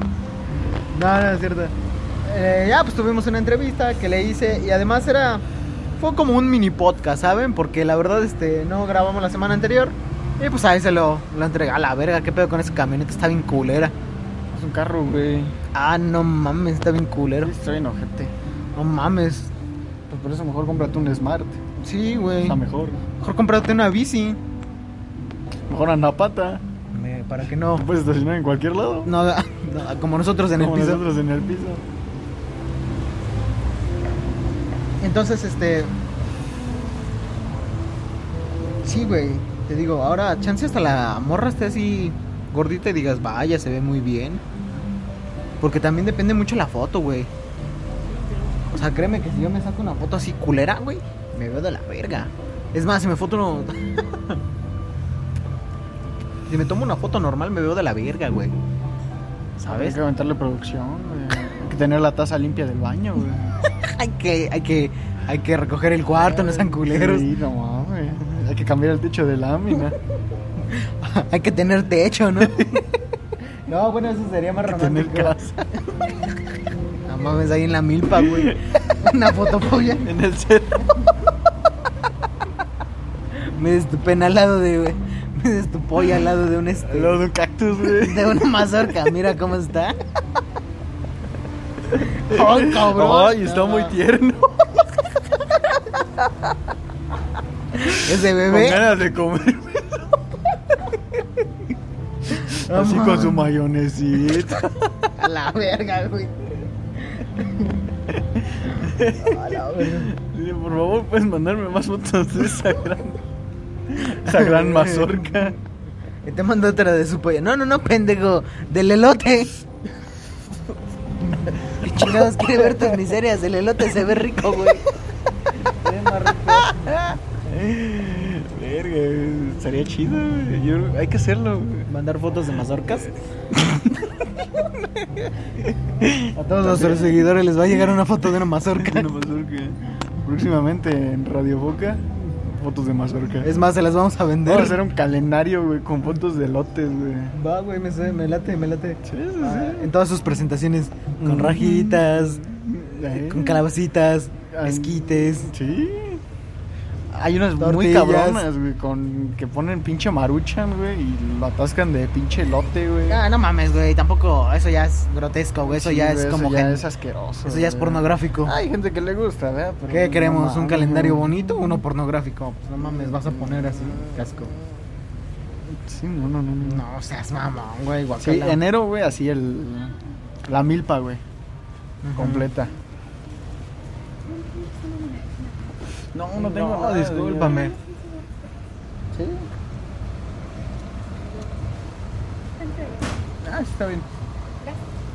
Speaker 5: no, no es cierto. Eh, ya, pues tuvimos una entrevista que le hice y además era. Fue como un mini podcast, ¿saben? Porque la verdad, este, no grabamos la semana anterior. Y pues ahí se lo, lo entrega. A la verga, qué pedo con ese camioneta, está bien culera.
Speaker 6: es un carro, güey.
Speaker 5: Ah, no mames, está bien culero.
Speaker 6: Estoy enojete.
Speaker 5: No mames.
Speaker 6: Pues por eso mejor cómprate un Smart.
Speaker 5: Sí, güey.
Speaker 6: Está mejor.
Speaker 5: Mejor comprarte una bici.
Speaker 6: Mejor anda a pata.
Speaker 5: Me- para que no.
Speaker 6: Lo puedes estacionar en cualquier lado.
Speaker 5: No, haga- no, como nosotros en
Speaker 6: como
Speaker 5: el piso.
Speaker 6: nosotros en el piso.
Speaker 5: Entonces, este. Sí, güey. Te digo, ahora, chance hasta la morra esté así gordita y digas, vaya, se ve muy bien. Porque también depende mucho la foto, güey. O sea, créeme que si yo me saco una foto así culera, güey, me veo de la verga. Es más, si me foto no. si me tomo una foto normal, me veo de la verga, güey.
Speaker 6: Hay
Speaker 5: ¿Sabes?
Speaker 6: que aumentarle producción, güey. Hay que tener la taza limpia del baño, güey.
Speaker 5: Hay que, hay que, hay que recoger el cuarto, no sean culeros.
Speaker 6: Sí, no mames. Hay que cambiar el techo de lámina.
Speaker 5: Hay que tener techo, ¿no? no, bueno, eso sería más
Speaker 6: Hay que tener casa.
Speaker 5: No mames, ahí en la milpa, güey. Una fotopolla.
Speaker 6: En el cerro.
Speaker 5: Me destupen al lado de, güey. Me destupolla al lado de un este.
Speaker 6: Al lado de un cactus, güey.
Speaker 5: De una mazorca, mira cómo está. Ay, cabrón.
Speaker 6: Ay, está muy tierno.
Speaker 5: Ese
Speaker 6: Con
Speaker 5: bebé.
Speaker 6: ganas de comer. Así con su mayonesita.
Speaker 5: A la verga, güey. A la verga.
Speaker 6: Dile, por favor, puedes mandarme más fotos de esa gran. Esa gran mazorca.
Speaker 5: Y te mando otra de su polla. No, no, no, pendejo. Del elote. ¿Qué chingados quiere ver tus miserias? El elote se ve rico, güey.
Speaker 6: Verga, güey, estaría chido, güey. Yo- Hay que hacerlo, güey.
Speaker 5: Mandar fotos de mazorcas. A todos nuestros seguidores les va a llegar una foto de una mazorca.
Speaker 6: Una mazorca. Próximamente en Radio Boca, fotos de mazorca.
Speaker 5: Es más, se las vamos a vender.
Speaker 6: Vamos a hacer un calendario, güey, con fotos de lotes, güey.
Speaker 5: Va, güey, me, sue- me late, me late.
Speaker 6: Sí, sí,
Speaker 5: Ah, en todas sus presentaciones, con rajitas,
Speaker 6: Ahí.
Speaker 5: con calabacitas,
Speaker 6: Ah,
Speaker 5: esquites.
Speaker 6: Sí. Hay unas muy
Speaker 5: Tortillas.
Speaker 6: cabronas, güey, con que ponen pinche maruchan, güey, y lo atascan de pinche lote, güey.
Speaker 5: Ah, no mames, güey, tampoco, eso ya es grotesco, güey, eso
Speaker 6: Sí,
Speaker 5: ya
Speaker 6: güey,
Speaker 5: es como
Speaker 6: Eso ya
Speaker 5: gen-
Speaker 6: es asqueroso.
Speaker 5: eso ya es
Speaker 6: güey.
Speaker 5: pornográfico.
Speaker 6: Hay gente que le gusta, ¿verdad? Pero
Speaker 5: ¿Qué
Speaker 6: no
Speaker 5: queremos? ¿Un
Speaker 6: mames,
Speaker 5: calendario
Speaker 6: güey.
Speaker 5: bonito o uno pornográfico? Pues no mames, vas a poner así, casco.
Speaker 6: Sí, no, no, no. no.
Speaker 5: No seas mamón, güey,
Speaker 6: Sí,
Speaker 5: guacala.
Speaker 6: enero, güey, así el. La milpa, güey.
Speaker 5: Ajá.
Speaker 6: completa. No, no tengo
Speaker 5: No,
Speaker 6: nada.
Speaker 5: discúlpame.
Speaker 6: Sí. Ah, sí, está bien.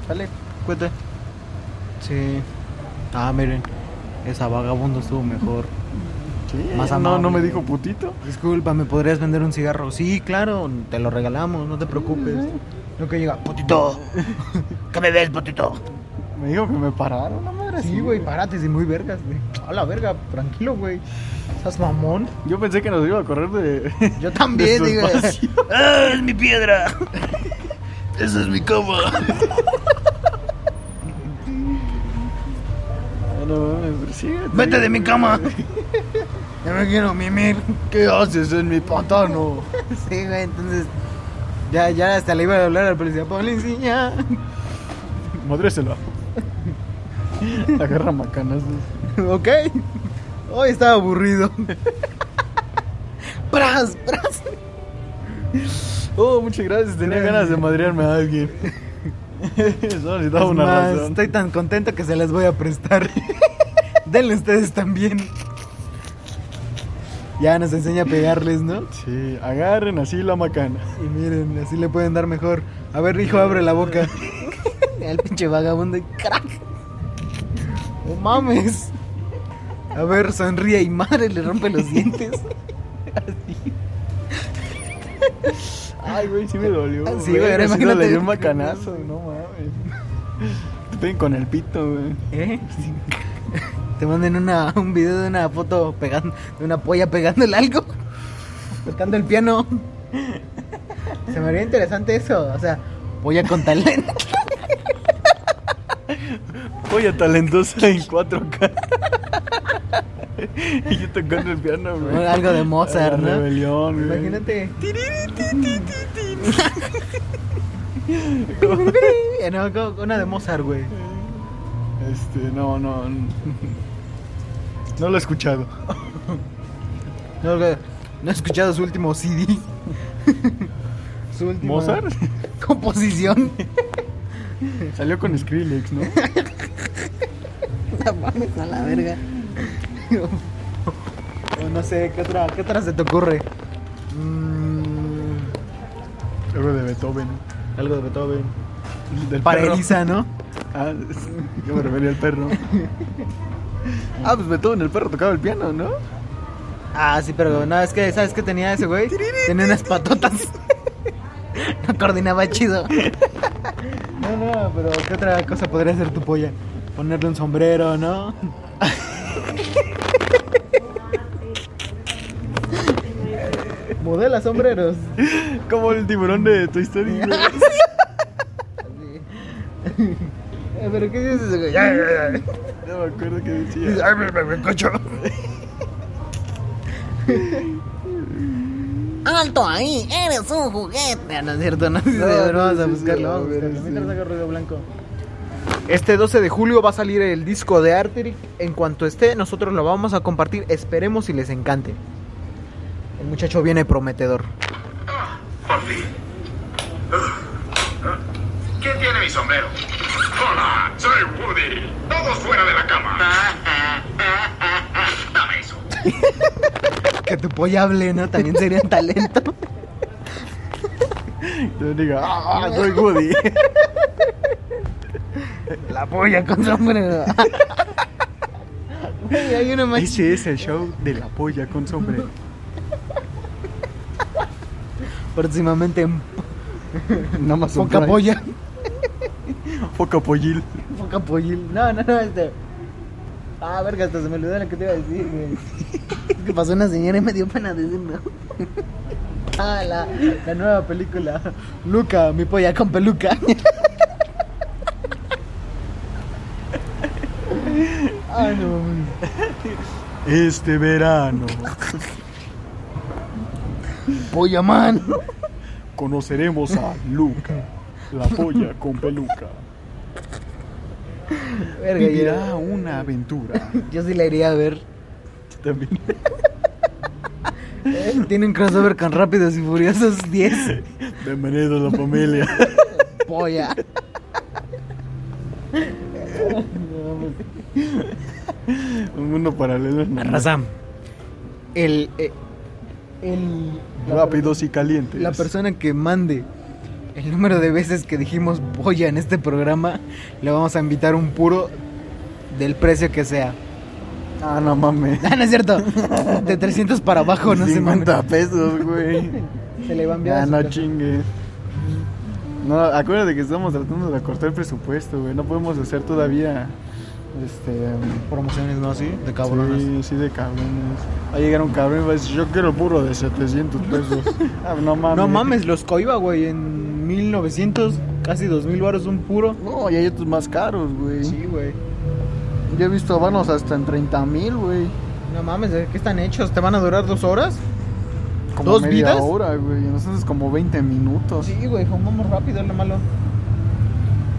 Speaker 6: Sale.
Speaker 5: Cuete. Sí. Ah, miren. Esa vagabundo estuvo mejor.
Speaker 6: Sí,
Speaker 5: Más
Speaker 6: no, no
Speaker 5: amable.
Speaker 6: me dijo putito.
Speaker 5: Disculpa, ¿me podrías vender un cigarro? Sí, claro, te lo regalamos, no te preocupes. No que llega,
Speaker 3: Potito. ¿Qué me ves, potito?
Speaker 6: Me dijo que me pararon, la madre.
Speaker 5: Sí,
Speaker 6: así,
Speaker 5: güey, párate, sí, muy vergas, güey. A la verga, tranquilo, güey. Estás mamón.
Speaker 6: Yo pensé que nos iba a correr de.
Speaker 5: Yo también,
Speaker 6: de su
Speaker 5: digo.
Speaker 6: espacio.
Speaker 3: ¡Ah, es mi piedra! Esa es mi cama.
Speaker 6: No, no mames, pero sí, te
Speaker 3: Vete
Speaker 6: digo,
Speaker 3: de mi
Speaker 6: güey.
Speaker 3: cama. Ya me quiero mimir.
Speaker 6: ¿Qué haces en mi pantano?
Speaker 5: Sí, güey, entonces. Ya, ya hasta le iba a hablar al policía. Policía.
Speaker 6: Madrésela. Agarra macanas.
Speaker 5: ok. Hoy estaba aburrido. pras, pras.
Speaker 6: Oh, muchas gracias. Tenía ganas de madrearme a alguien. Solo necesitaba
Speaker 5: Es
Speaker 6: una
Speaker 5: más,
Speaker 6: razón.
Speaker 5: estoy tan contento que se las voy a prestar. Denle ustedes también. Ya nos enseña a pegarles, ¿no?
Speaker 6: Sí, agarren así la macana.
Speaker 5: Y miren, así le pueden dar mejor. A ver, hijo, abre la boca. El pinche vagabundo, crack. No mames. A ver, sonríe y madre, le rompe los dientes.
Speaker 6: Ay, güey, sí me dolió.
Speaker 5: Ah, sí, güey, ahora
Speaker 6: así no
Speaker 5: imagínate.
Speaker 6: le di un macanazo, no mames. Te peguen con el pito, güey.
Speaker 5: ¿Eh? Te manden una, un video de una foto pegando, de una polla pegándole algo. Tocando el piano. Se me haría interesante eso. O sea, polla con talento.
Speaker 6: Oye, talentosa en 4K. y yo tocando el piano, güey.
Speaker 5: Algo de Mozart,
Speaker 6: La
Speaker 5: ¿no?
Speaker 6: Rebelión, güey.
Speaker 5: Imagínate. Eh, no, co- una de Mozart, güey.
Speaker 6: Este, no, no. n- No lo he escuchado.
Speaker 5: No, güey, no he escuchado su último CD. su última
Speaker 6: ¿Mozart?
Speaker 5: composición.
Speaker 6: Salió con Skrillex, ¿no?
Speaker 5: No mames, a la verga. O no sé, ¿qué otra, qué otra se te ocurre? Mm,
Speaker 6: Algo de Beethoven.
Speaker 5: algo de Beethoven.
Speaker 6: Del
Speaker 5: Para
Speaker 6: perro.
Speaker 5: Elisa, ¿no?
Speaker 6: Ah, es- yo me refería al perro. ah, pues Beethoven, el perro tocaba el piano, ¿no?
Speaker 5: Ah, sí, pero no, es que, ¿sabes qué tenía ese güey? Tenía unas patotas. No coordinaba chido. No, no, pero ¿qué otra cosa podría hacer tu polla? Ponerle un sombrero, ¿no? Modela sombreros.
Speaker 6: Como el tiburón de Toy Story. güey.
Speaker 5: Eh, ¿Pero qué dices, güey?
Speaker 6: No me acuerdo que decía.
Speaker 3: ¡Ábreme, cocho!
Speaker 7: ¡Alto ahí! ¡Eres un juguete!
Speaker 5: Ah, No, no es cierto, no es cierto.
Speaker 6: No,
Speaker 5: A ver, vamos
Speaker 6: sí,
Speaker 5: a
Speaker 6: sí,
Speaker 5: buscarlo,
Speaker 6: sí,
Speaker 5: vamos a
Speaker 6: a ver,
Speaker 5: buscarlo.
Speaker 6: sí.
Speaker 5: Mientras haga ruido blanco. Este 12 de julio va a salir el disco de Arteric. En cuanto esté, nosotros lo vamos a compartir. Esperemos si les encante. El muchacho viene prometedor.
Speaker 8: Ah, ¿Qué Ah, tiene mi sombrero? Hola, soy Woody. Todos fuera de la cama. Dame eso.
Speaker 5: Que tu polla hable, ¿no? También sería un talento.
Speaker 6: Yo diga, ah, soy Woody.
Speaker 5: La polla con sombrero. Güey, hay uno más
Speaker 6: Ese es el show de la polla con sombrero.
Speaker 5: próximamente en
Speaker 6: Nada más
Speaker 5: poca polla.
Speaker 6: Poca pollil.
Speaker 5: Poca pollil. No, no, no, este. Ah, verga, hasta se me olvidó lo que te iba a decir, güey. Es que pasó una señora y me dio pena decirlo. Ah, la, la nueva película. Luca, mi polla con peluca. Ay, no mames.
Speaker 6: Este verano
Speaker 5: Polla man.
Speaker 6: conoceremos a Luca, la polla con peluca.
Speaker 5: Verga,
Speaker 6: Vivirá
Speaker 5: yo,
Speaker 6: una aventura.
Speaker 5: yo sí la iría a ver.
Speaker 6: También.
Speaker 5: Eh, Tiene un crossover con Rápidos y Furiosos 10.
Speaker 6: Bienvenido a la familia.
Speaker 5: Polla.
Speaker 6: Un mundo paralelo. en el-
Speaker 5: Razam. El. eh, el
Speaker 6: Rápidos y calientes.
Speaker 5: La persona que mande el número de veces que dijimos polla en este programa, le vamos a invitar un puro del precio que sea.
Speaker 6: Ah, no mames.
Speaker 5: Ah, no es cierto. De 300 para abajo, no se manda.
Speaker 6: 50 pesos, güey.
Speaker 5: Se le va a enviar.
Speaker 6: Ah,
Speaker 5: a su
Speaker 6: no
Speaker 5: casa.
Speaker 6: chingues. No, acuérdate que estamos tratando de acortar el presupuesto, güey. No podemos hacer todavía. Este.
Speaker 5: Promociones, ¿no? Sí, de cabronas.
Speaker 6: Sí, sí, de cabrones. Va a llegar un cabrón y va a decir: Yo quiero puro de 700 pesos. Ah, no mames.
Speaker 5: No mames, los coiba, güey, en 1900, casi 2000 baros un puro.
Speaker 6: No, y hay otros más caros, güey.
Speaker 5: Sí, güey.
Speaker 6: Yo he visto vanos hasta en 30 mil, güey.
Speaker 5: No mames, ¿de ¿qué están hechos? ¿Te van a durar dos horas?
Speaker 6: Como
Speaker 5: ¿Dos
Speaker 6: media
Speaker 5: vidas?
Speaker 6: hora, güey. Entonces, como 20 minutos.
Speaker 5: Sí, güey, jugamos rápido, es lo malo.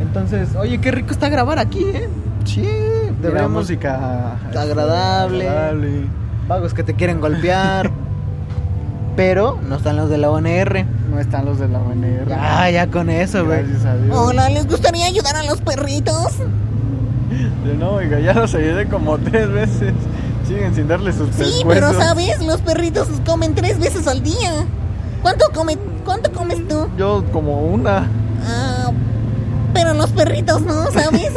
Speaker 5: Entonces, oye, qué rico está grabar aquí, ¿eh?
Speaker 6: Sí, de la
Speaker 5: deberíamos-
Speaker 6: música este,
Speaker 5: Agradable.
Speaker 6: agradable.
Speaker 5: Vagos que te quieren golpear. Pero no están los de la ONR.
Speaker 6: No están los de la UNR.
Speaker 5: Ah, ya con eso, güey.
Speaker 6: Gracias a Dios.
Speaker 7: Hola, ¿les gustaría ayudar a los perritos?
Speaker 6: Yo no, oiga, ya los ayudé como tres veces. Siguen sin darle sus
Speaker 7: Sí, pero sabes, los perritos comen tres veces al día. ¿Cuánto, come, cuánto comes tú?
Speaker 6: Yo como una.
Speaker 7: Ah, pero los perritos no, ¿sabes?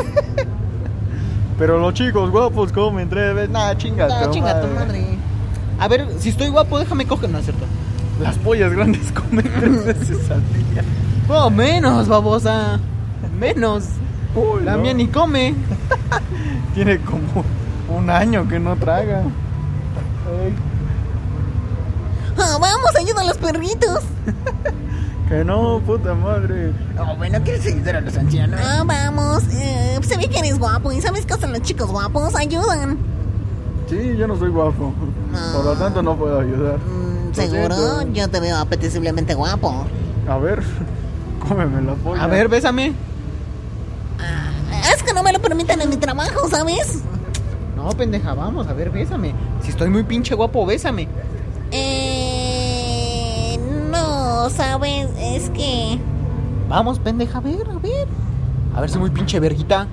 Speaker 6: Pero los chicos guapos comen tres veces. Nah, chinga
Speaker 7: Ah,
Speaker 6: tu
Speaker 7: chinga tu
Speaker 6: madre.
Speaker 7: madre.
Speaker 5: A ver, si estoy guapo, déjame coger. No es cierto.
Speaker 6: Las pollas grandes comen tres veces al día.
Speaker 5: Oh, menos, babosa. Menos.
Speaker 6: Uy,
Speaker 5: La
Speaker 6: no.
Speaker 5: mía ni come.
Speaker 6: Tiene como un año que no traga.
Speaker 7: Ah, vamos, ayuda a los perritos.
Speaker 6: Que no, puta madre.
Speaker 3: No, güey, no quieres ayudar a los ancianos.
Speaker 7: Ah, vamos. eh, se ve que eres guapo y sabes que hasta los chicos guapos ayudan.
Speaker 6: Sí, yo no soy guapo. Por lo tanto, no puedo ayudar.
Speaker 7: Ah. Mm,
Speaker 6: Lo
Speaker 7: Seguro,
Speaker 6: siento.
Speaker 7: yo te veo apeteciblemente guapo.
Speaker 6: A ver, cómeme la polla.
Speaker 5: A ver, bésame.
Speaker 7: Ah, es que no me lo permiten en mi trabajo, ¿sabes?
Speaker 5: No, pendeja, vamos, a ver, bésame. Si estoy muy pinche guapo, bésame.
Speaker 7: Eh, no, ¿sabes? Es que...
Speaker 5: Vamos, pendeja, a ver, a ver. A ver, soy muy pinche verguita.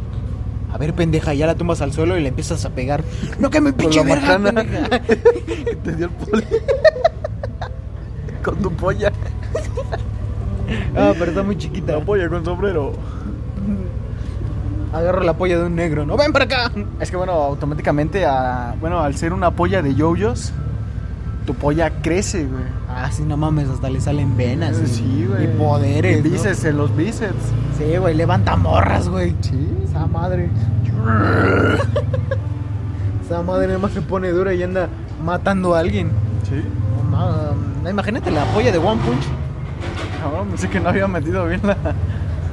Speaker 5: A ver, pendeja, ya la tumbas al suelo y le empiezas a pegar. No, que me
Speaker 6: Con
Speaker 5: pinche
Speaker 6: la
Speaker 5: verga,
Speaker 6: macana
Speaker 5: pendeja.
Speaker 6: que te dio el poli. Con tu polla.
Speaker 5: Ah, pero está muy chiquita.
Speaker 6: La polla con sombrero.
Speaker 5: Agarro la polla de un negro, ¿no? ¡Ven para acá!
Speaker 6: Es que bueno, automáticamente, a- bueno, al ser una polla de yoyos, tu polla crece, güey.
Speaker 5: Ah, sí, no mames, hasta le salen
Speaker 7: Ah,
Speaker 5: venas. y-
Speaker 6: Sí, güey.
Speaker 5: Y poderes.
Speaker 6: Y
Speaker 5: ¿no?
Speaker 6: bíceps en los bíceps.
Speaker 5: Sí, güey, levanta morras, güey.
Speaker 6: Sí.
Speaker 5: Esa madre. Esa madre nada más se pone dura y anda matando a alguien.
Speaker 6: Sí.
Speaker 5: No mames, Imagínate la polla de One Punch.
Speaker 6: No, pensé que no había metido bien la,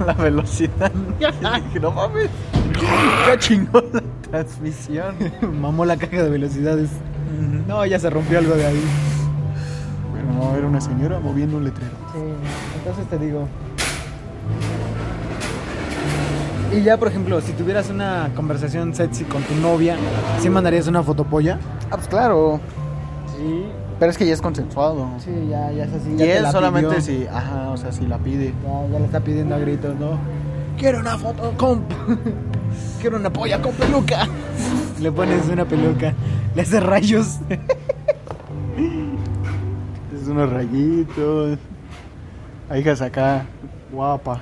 Speaker 6: la velocidad. Dije, no mames. Ya chingó la transmisión.
Speaker 5: Mamó la caja de velocidades. No, ya se rompió algo de ahí.
Speaker 6: Bueno, no, era una señora moviendo un letrero.
Speaker 5: Sí, entonces te digo. Y ya, por ejemplo, si tuvieras una conversación sexy con tu novia, ¿sí mandarías una fotopolla?
Speaker 6: Ah, pues claro.
Speaker 5: Sí,
Speaker 6: Pero es que ya es consensuado.
Speaker 5: sí, ya, ya es así.
Speaker 6: Y
Speaker 5: ya te
Speaker 6: él
Speaker 5: la
Speaker 6: solamente
Speaker 5: pidió.
Speaker 6: si, ajá, o sea, si la pide.
Speaker 5: Ya, ya le está pidiendo a gritos, ¿no? Quiero una foto, comp. Quiero una polla con peluca. Le pones una peluca, le haces rayos.
Speaker 6: Es unos rayitos. Ahí que acá, guapa.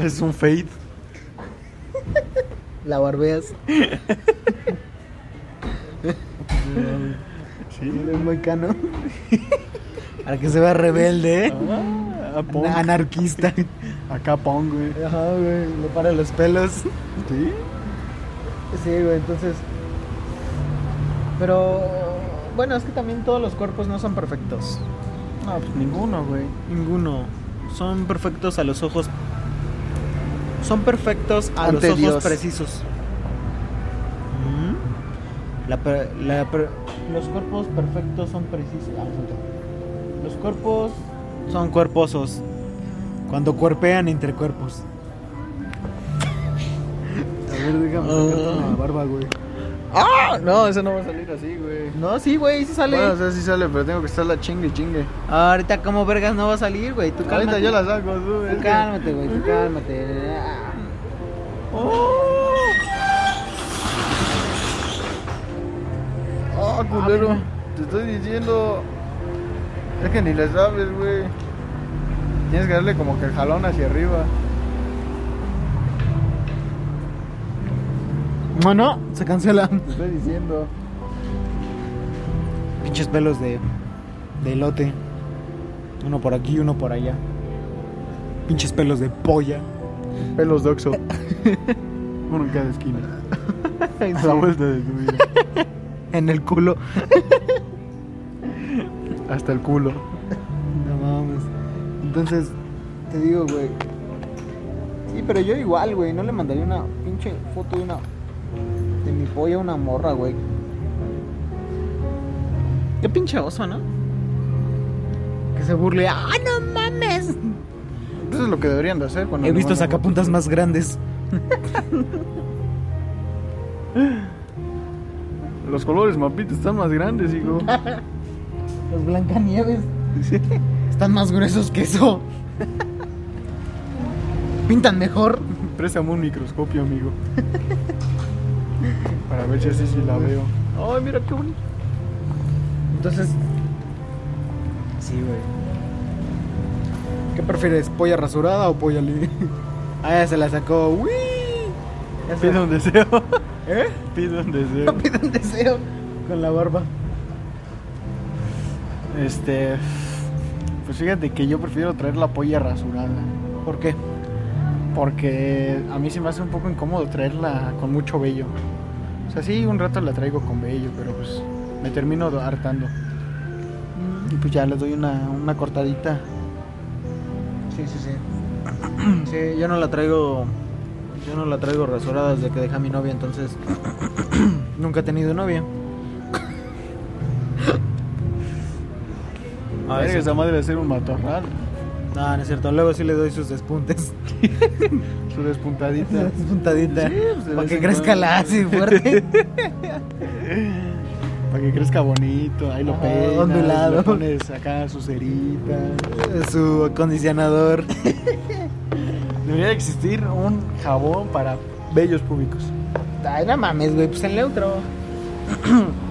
Speaker 6: Es un fade.
Speaker 5: La barbeas.
Speaker 6: Sí.
Speaker 5: Es muy cano. Para que se vea rebelde, ¿eh?
Speaker 6: Ah, punk.
Speaker 5: Ana- Anarquista.
Speaker 6: Acá pong, güey.
Speaker 5: Ajá, güey. Le para los pelos.
Speaker 6: Sí.
Speaker 5: Sí, güey, entonces. Pero. Bueno, es que también todos los cuerpos no son perfectos.
Speaker 6: No, pues ninguno, güey.
Speaker 5: Ninguno. Son perfectos a los ojos. Son perfectos a
Speaker 6: Ante
Speaker 5: los ojos
Speaker 6: Dios.
Speaker 5: precisos. Mm. La per- la per- los cuerpos perfectos son precisos. Ah, es otro. Los cuerpos son cuerposos. Cuando cuerpean entre cuerpos. A ver, déjame sacarte la barba, güey.
Speaker 6: ¡Ah! No, eso no va a salir así, güey.
Speaker 5: No, sí, güey, sí sale.
Speaker 6: Bueno, o sea, sí sale, pero tengo que estar la chingue y chingue.
Speaker 5: Ahorita como vergas no va a salir, güey. Tú
Speaker 6: Ahorita
Speaker 5: cálmate.
Speaker 6: yo la saco, tú. es
Speaker 5: Tú
Speaker 6: que-
Speaker 5: cálmate, güey, tú cálmate. Ah.
Speaker 6: ¡Oh! ¡Ah, culero! Te estoy diciendo. Es que ni le sabes, güey. Tienes que darle como que el jalón hacia arriba.
Speaker 5: Bueno, se cancela.
Speaker 6: Te estoy diciendo.
Speaker 5: Pinches pelos de, de elote. Uno por aquí, uno por allá. Pinches pelos de polla.
Speaker 6: Pelos de Oxxo. Uno en cada esquina. A la vuelta de tu vida.
Speaker 5: En el culo.
Speaker 6: Hasta el culo.
Speaker 5: No mames. Entonces, te digo, güey. Sí, pero yo igual, güey. No le mandaría una pinche foto de una. de mi polla a una morra, güey. Qué pinche oso, ¿no? Que se burle. ¡Ah, no mames!
Speaker 6: Eso es lo que deberían de hacer cuando
Speaker 5: He
Speaker 6: le
Speaker 5: visto
Speaker 6: mandan
Speaker 5: sacapuntas más grandes.
Speaker 6: fotos. Los colores, mapita, están más grandes, hijo.
Speaker 5: Los Blancanieves. Están más gruesos que eso. Pintan mejor.
Speaker 6: Préstame un microscopio, amigo. Para ver si así sí la veo. Ay, mira qué bonito.
Speaker 5: Entonces. Sí, güey. ¿Qué prefieres? ¿Polla rasurada o polla libre? Ah, ya se la sacó. ¡Uy! Ya se-
Speaker 6: Pido un deseo.
Speaker 5: ¿Eh?
Speaker 6: Pido un deseo.
Speaker 5: Pide un deseo. Con la barba.
Speaker 6: Este. Pues fíjate que yo prefiero traer la polla rasurada.
Speaker 5: ¿Por qué?
Speaker 6: Porque a mí se me hace un poco incómodo traerla con mucho vello. O sea, sí, un rato la traigo con vello, pero pues me termino hartando. Y pues ya le doy una, una cortadita.
Speaker 5: Sí, sí, sí. Sí, yo no la traigo. Yo no la traigo rasurada desde que dejé a mi novia, entonces. nunca he tenido novia.
Speaker 6: A ver,
Speaker 5: sí.
Speaker 6: esa madre de ser un matorral.
Speaker 5: No, no es cierto. Luego sí le doy sus despuntes.
Speaker 6: Su despuntadita.
Speaker 5: Despuntadita.
Speaker 6: Sí, pues, de
Speaker 5: para
Speaker 6: vez
Speaker 5: que
Speaker 6: en
Speaker 5: crezca
Speaker 6: cuando.
Speaker 5: la así fuerte.
Speaker 6: Para que crezca bonito. Ahí lo
Speaker 5: Ajá,
Speaker 6: peinas,
Speaker 5: ondulado.
Speaker 6: Le pones acá su cerita.
Speaker 5: Su acondicionador.
Speaker 6: Debería existir un jabón para vellos públicos.
Speaker 5: Ay, no mames, güey. Pues el neutro.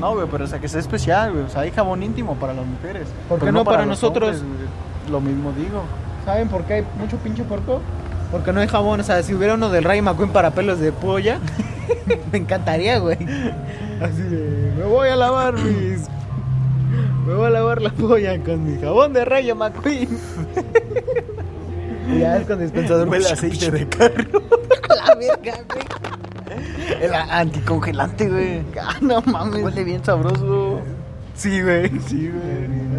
Speaker 6: No, güey, pero o sea, que sea especial, güey. O sea, hay jabón íntimo para las mujeres.
Speaker 5: ¿Por qué
Speaker 6: Pero
Speaker 5: no para
Speaker 6: los
Speaker 5: nosotros?
Speaker 6: hombres, güey. lo mismo digo.
Speaker 5: ¿Saben por qué hay mucho pinche porco? Porque no hay jabón. O sea, si hubiera uno del Ray McQueen para pelos de polla, me encantaría, güey. Así de, me voy a lavar mis. Me voy a lavar la polla con mi jabón de Rayo McQueen. Y ya es con dispensador.
Speaker 6: Huele a aceite de carro.
Speaker 5: la verga, güey.
Speaker 6: El anticongelante, güey.
Speaker 5: Ah, no mames.
Speaker 6: Huele bien sabroso.
Speaker 5: Sí, güey.
Speaker 6: Sí, güey.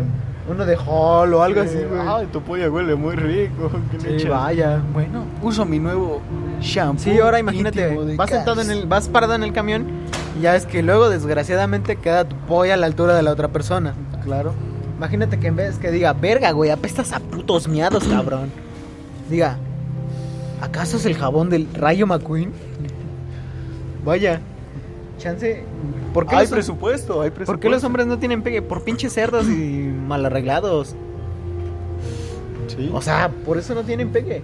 Speaker 5: Uno de Hall o algo así, güey.
Speaker 6: Ay, tu polla huele muy rico. Qué
Speaker 5: Sí,
Speaker 6: leche.
Speaker 5: vaya.
Speaker 6: Bueno, uso mi nuevo shampoo.
Speaker 5: Sí, ahora imagínate,
Speaker 6: íntimo de
Speaker 5: vas sentado en
Speaker 6: Cars.
Speaker 5: el, vas parado en el camión y ya es que luego desgraciadamente queda tu polla a la altura de la otra persona.
Speaker 6: Claro.
Speaker 5: Imagínate que en vez que diga, verga, güey, apestas a putos miados, cabrón. Diga, ¿acaso es el jabón del Rayo McQueen? Vaya, chance. ¿Por qué,
Speaker 6: Hay
Speaker 5: los,
Speaker 6: presupuesto, hay presupuesto.
Speaker 5: ¿por qué los hombres no tienen pegue? Por pinches cerdos y mal arreglados.
Speaker 6: Sí.
Speaker 5: O sea, por eso no tienen pegue.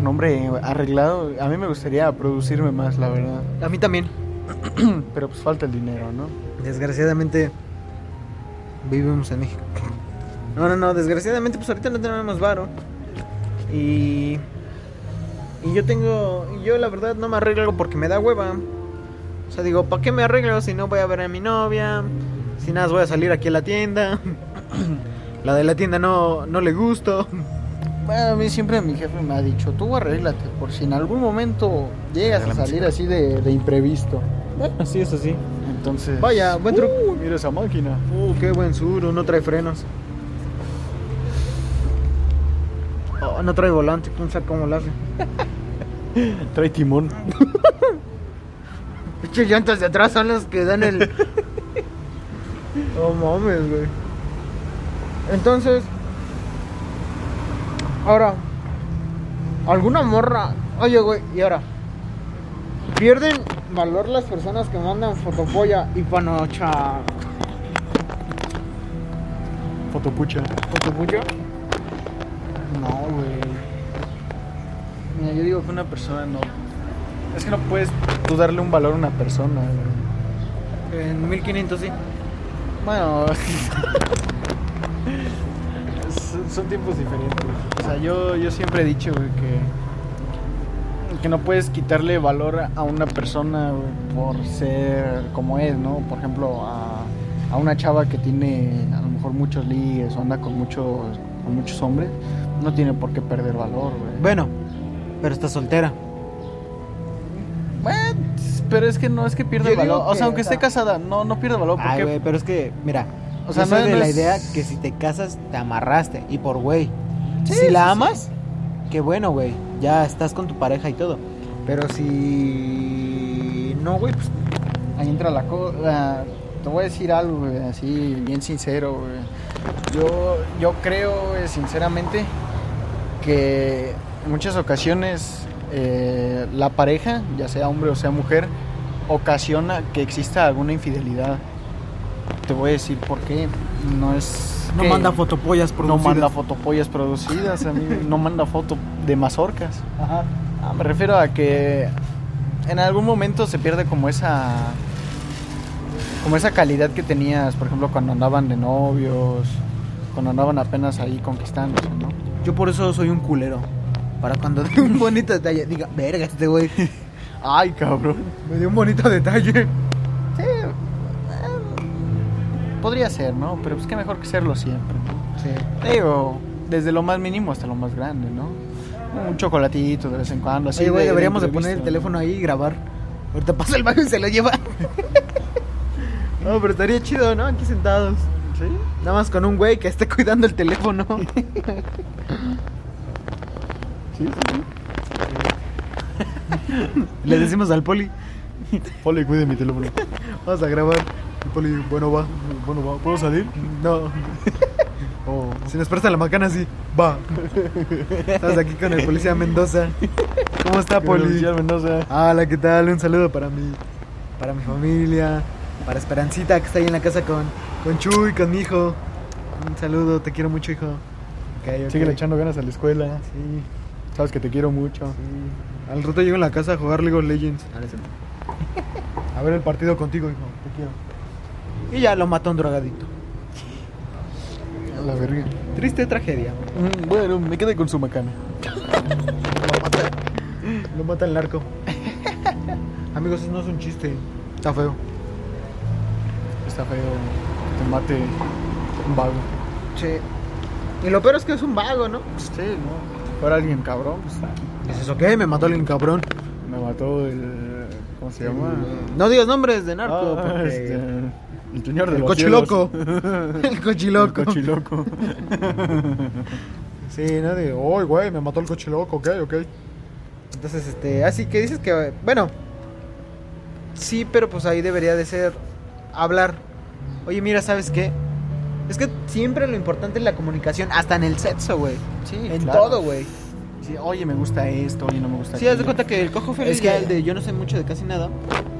Speaker 6: Un hombre arreglado, a mí me gustaría producirme más, la verdad.
Speaker 5: A mí también.
Speaker 6: Pero pues falta el dinero, ¿no?
Speaker 5: Desgraciadamente vivimos en México. No, no, no, desgraciadamente pues ahorita no tenemos varo. Y y yo tengo y yo la verdad no me arreglo porque me da hueva. O sea, digo, ¿para qué me arreglo si no voy a ver a mi novia? Si nada, más voy a salir aquí a la tienda. La de la tienda no no le gusto.
Speaker 6: Bueno, a mí siempre mi jefe me ha dicho, tú arréglate, por si en algún momento llegas a salir así de, de imprevisto.
Speaker 5: Bueno, sí, eso sí.
Speaker 6: Entonces...
Speaker 5: Vaya, buen truco.
Speaker 6: Uy, mira esa máquina.
Speaker 5: Uh, qué buen suru, no trae frenos. Oh, no trae volante, quién sabe cómo lo hace.
Speaker 6: Trae timón.
Speaker 5: Pinches llantas de atrás son las que dan el. No mames, güey. Entonces. Ahora. Alguna morra. Oye, güey, y ahora. Pierden valor las personas que mandan fotopolla y panocha.
Speaker 6: Fotopucha.
Speaker 5: ¿Fotopucha?
Speaker 6: No, güey. Mira, yo digo que una persona no... Es que no puedes tú darle un valor a una persona. güey.
Speaker 5: En 1500, sí.
Speaker 6: Bueno... son- son tiempos diferentes. O sea, yo, yo siempre he dicho güey, que... que no puedes quitarle valor a una persona güey, por ser como es, ¿no? Por ejemplo, a, a una chava que tiene a lo mejor muchos ligues o anda con muchos, con muchos hombres, no tiene por qué perder valor, güey.
Speaker 5: Bueno, pero está soltera.
Speaker 6: Bueno, pero es que no es que pierda
Speaker 5: Yo digo
Speaker 6: valor. O
Speaker 5: que,
Speaker 6: sea, aunque
Speaker 5: o sea-
Speaker 6: esté casada, no, no pierde valor
Speaker 5: Ay,
Speaker 6: porque
Speaker 5: güey, pero es que, mira,
Speaker 6: O
Speaker 5: o
Speaker 6: sea,
Speaker 5: sea,
Speaker 6: no-
Speaker 5: de
Speaker 6: no
Speaker 5: la
Speaker 6: es-
Speaker 5: idea que si te casas, te amarraste. Y por güey.
Speaker 6: Sí,
Speaker 5: si
Speaker 6: sí,
Speaker 5: la amas, qué bueno, güey. Ya estás con tu pareja y todo. Pero si no, güey, pues
Speaker 6: ahí entra la cosa. Te voy a decir algo, güey, así, bien sincero, güey. Yo, yo creo, güey, sinceramente, que en muchas ocasiones eh, la pareja, ya sea hombre o sea mujer, ocasiona que exista alguna infidelidad. Te voy a decir por qué. No es.
Speaker 5: no
Speaker 6: que-
Speaker 5: manda fotopollas por
Speaker 6: No manda fotopollas producidas, amigo. no manda foto de mazorcas.
Speaker 5: Ajá.
Speaker 6: Ah, me refiero a que en algún momento se pierde como esa como esa calidad que tenías, por ejemplo, cuando andaban de novios, cuando andaban apenas ahí conquistándose, ¿no?
Speaker 5: Yo por eso soy un culero. Para cuando dé un bonito detalle, diga, verga, este güey
Speaker 6: Ay, cabrón.
Speaker 5: me dio un bonito detalle.
Speaker 6: Sí. eh, Podría ser, ¿no? Pero es que mejor que serlo siempre. ¿no?
Speaker 5: Sí.
Speaker 6: Digo, desde lo más mínimo hasta lo más grande, ¿no? Un chocolatito de vez en cuando, así.
Speaker 5: Oye, güey, deberíamos de poner el
Speaker 6: imprevisto, ¿no?
Speaker 5: teléfono ahí y grabar. Ahorita pasa el baño y se lo lleva. No, pero estaría chido, ¿no? Aquí sentados.
Speaker 6: Sí.
Speaker 5: Nada más con un güey que esté cuidando el teléfono.
Speaker 6: Sí, sí.
Speaker 5: Le decimos al poli,
Speaker 6: Poli, cuide mi teléfono.
Speaker 5: vamos a grabar.
Speaker 6: El poli, bueno, va. Bueno, va. ¿Puedo salir? Oh.
Speaker 5: No,
Speaker 6: O-
Speaker 5: si nos presta la macana, sí. Va. Estamos aquí con el policía Mendoza. ¿Cómo está, poli?
Speaker 6: Mendoza.
Speaker 5: Hola, ¿qué tal? Un saludo para mí, para mi familia, para Esperancita que está ahí en la casa con, con Chuy, con mi hijo. Un saludo, te quiero mucho, hijo. Okay, ok.
Speaker 6: Sigue echando ganas a la escuela.
Speaker 5: Sí,
Speaker 6: Sabes que te quiero mucho.
Speaker 5: sí. Al rato llego a la casa a jugar League of Legends. A ver el partido contigo, hijo. Te quiero. Y ya lo mató un drogadito.
Speaker 6: A la verga.
Speaker 5: Triste tragedia.
Speaker 6: Bueno, me quedé con su macana.
Speaker 5: Lo mata el narco. Amigos, eso no es un chiste. Está feo.
Speaker 6: Está feo que te mate un vago.
Speaker 5: Sí. Y lo peor es que es un vago, ¿no?
Speaker 6: Sí, ¿no? Fuera alguien cabrón, pues,
Speaker 5: ¿Es eso qué? Me mató alguien cabrón.
Speaker 6: me mató el. ¿Cómo se llama?
Speaker 5: No digas nombres de narco.
Speaker 6: Ah,
Speaker 5: porque-
Speaker 6: este, El señor de
Speaker 5: El
Speaker 6: los
Speaker 5: cochiloco.
Speaker 6: cielos.
Speaker 5: el
Speaker 6: El
Speaker 5: cochiloco.
Speaker 6: cochiloco.
Speaker 5: Sí, ¿no? De, "Oy, güey, me mató el cochiloco, ok, ok. Entonces, este, así que dices que, bueno, sí, pero pues ahí debería de ser hablar. Oye, mira, ¿sabes qué? Es que siempre lo importante es la comunicación, hasta en el sexo, güey.
Speaker 6: Sí,
Speaker 5: En
Speaker 6: claro.
Speaker 5: todo, güey.
Speaker 6: Sí, oye, me gusta esto, oye, no me gusta
Speaker 5: Sí, haz de cuenta que el cojo feliz,
Speaker 6: Es que-
Speaker 5: ya el de yo no sé mucho de casi nada,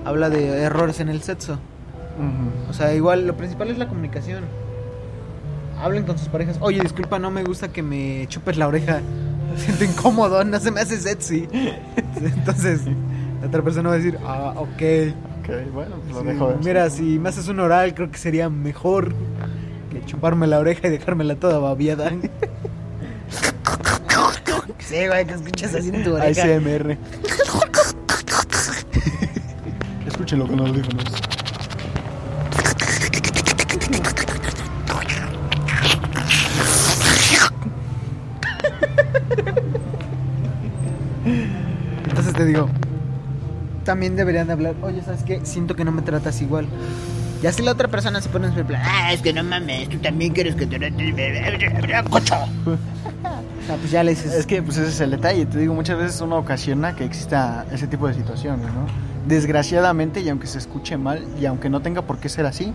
Speaker 5: habla de errores en el sexo. O sea, igual lo principal es la comunicación. Hablen con sus parejas. Oye, disculpa, no me gusta que me chupes la oreja. Me siento incómodo, no se me hace sexy. Entonces, la otra persona va a decir, ah, ok.
Speaker 6: Ok, bueno, pues lo
Speaker 5: Sí,
Speaker 6: dejo.
Speaker 5: mira, si me haces un oral, creo que sería mejor que chuparme la oreja y dejármela toda babiada. sí, güey, que escuchas así en tu oreja.
Speaker 6: ASMR. Escúchenlo con los audífonos.
Speaker 5: Entonces te digo, también deberían de hablar, oye, ¿sabes qué? Siento que no me tratas igual. Ya si la otra persona se pone en su plan,
Speaker 7: Ah, es que no mames, tú también quieres que te... ¡Cocho!
Speaker 5: o sea, pues ya le dices,
Speaker 6: Es que pues ese es el detalle, te digo, muchas veces uno ocasiona que exista ese tipo de situaciones, ¿no? Desgraciadamente, y aunque se escuche mal, y aunque no tenga por qué ser así,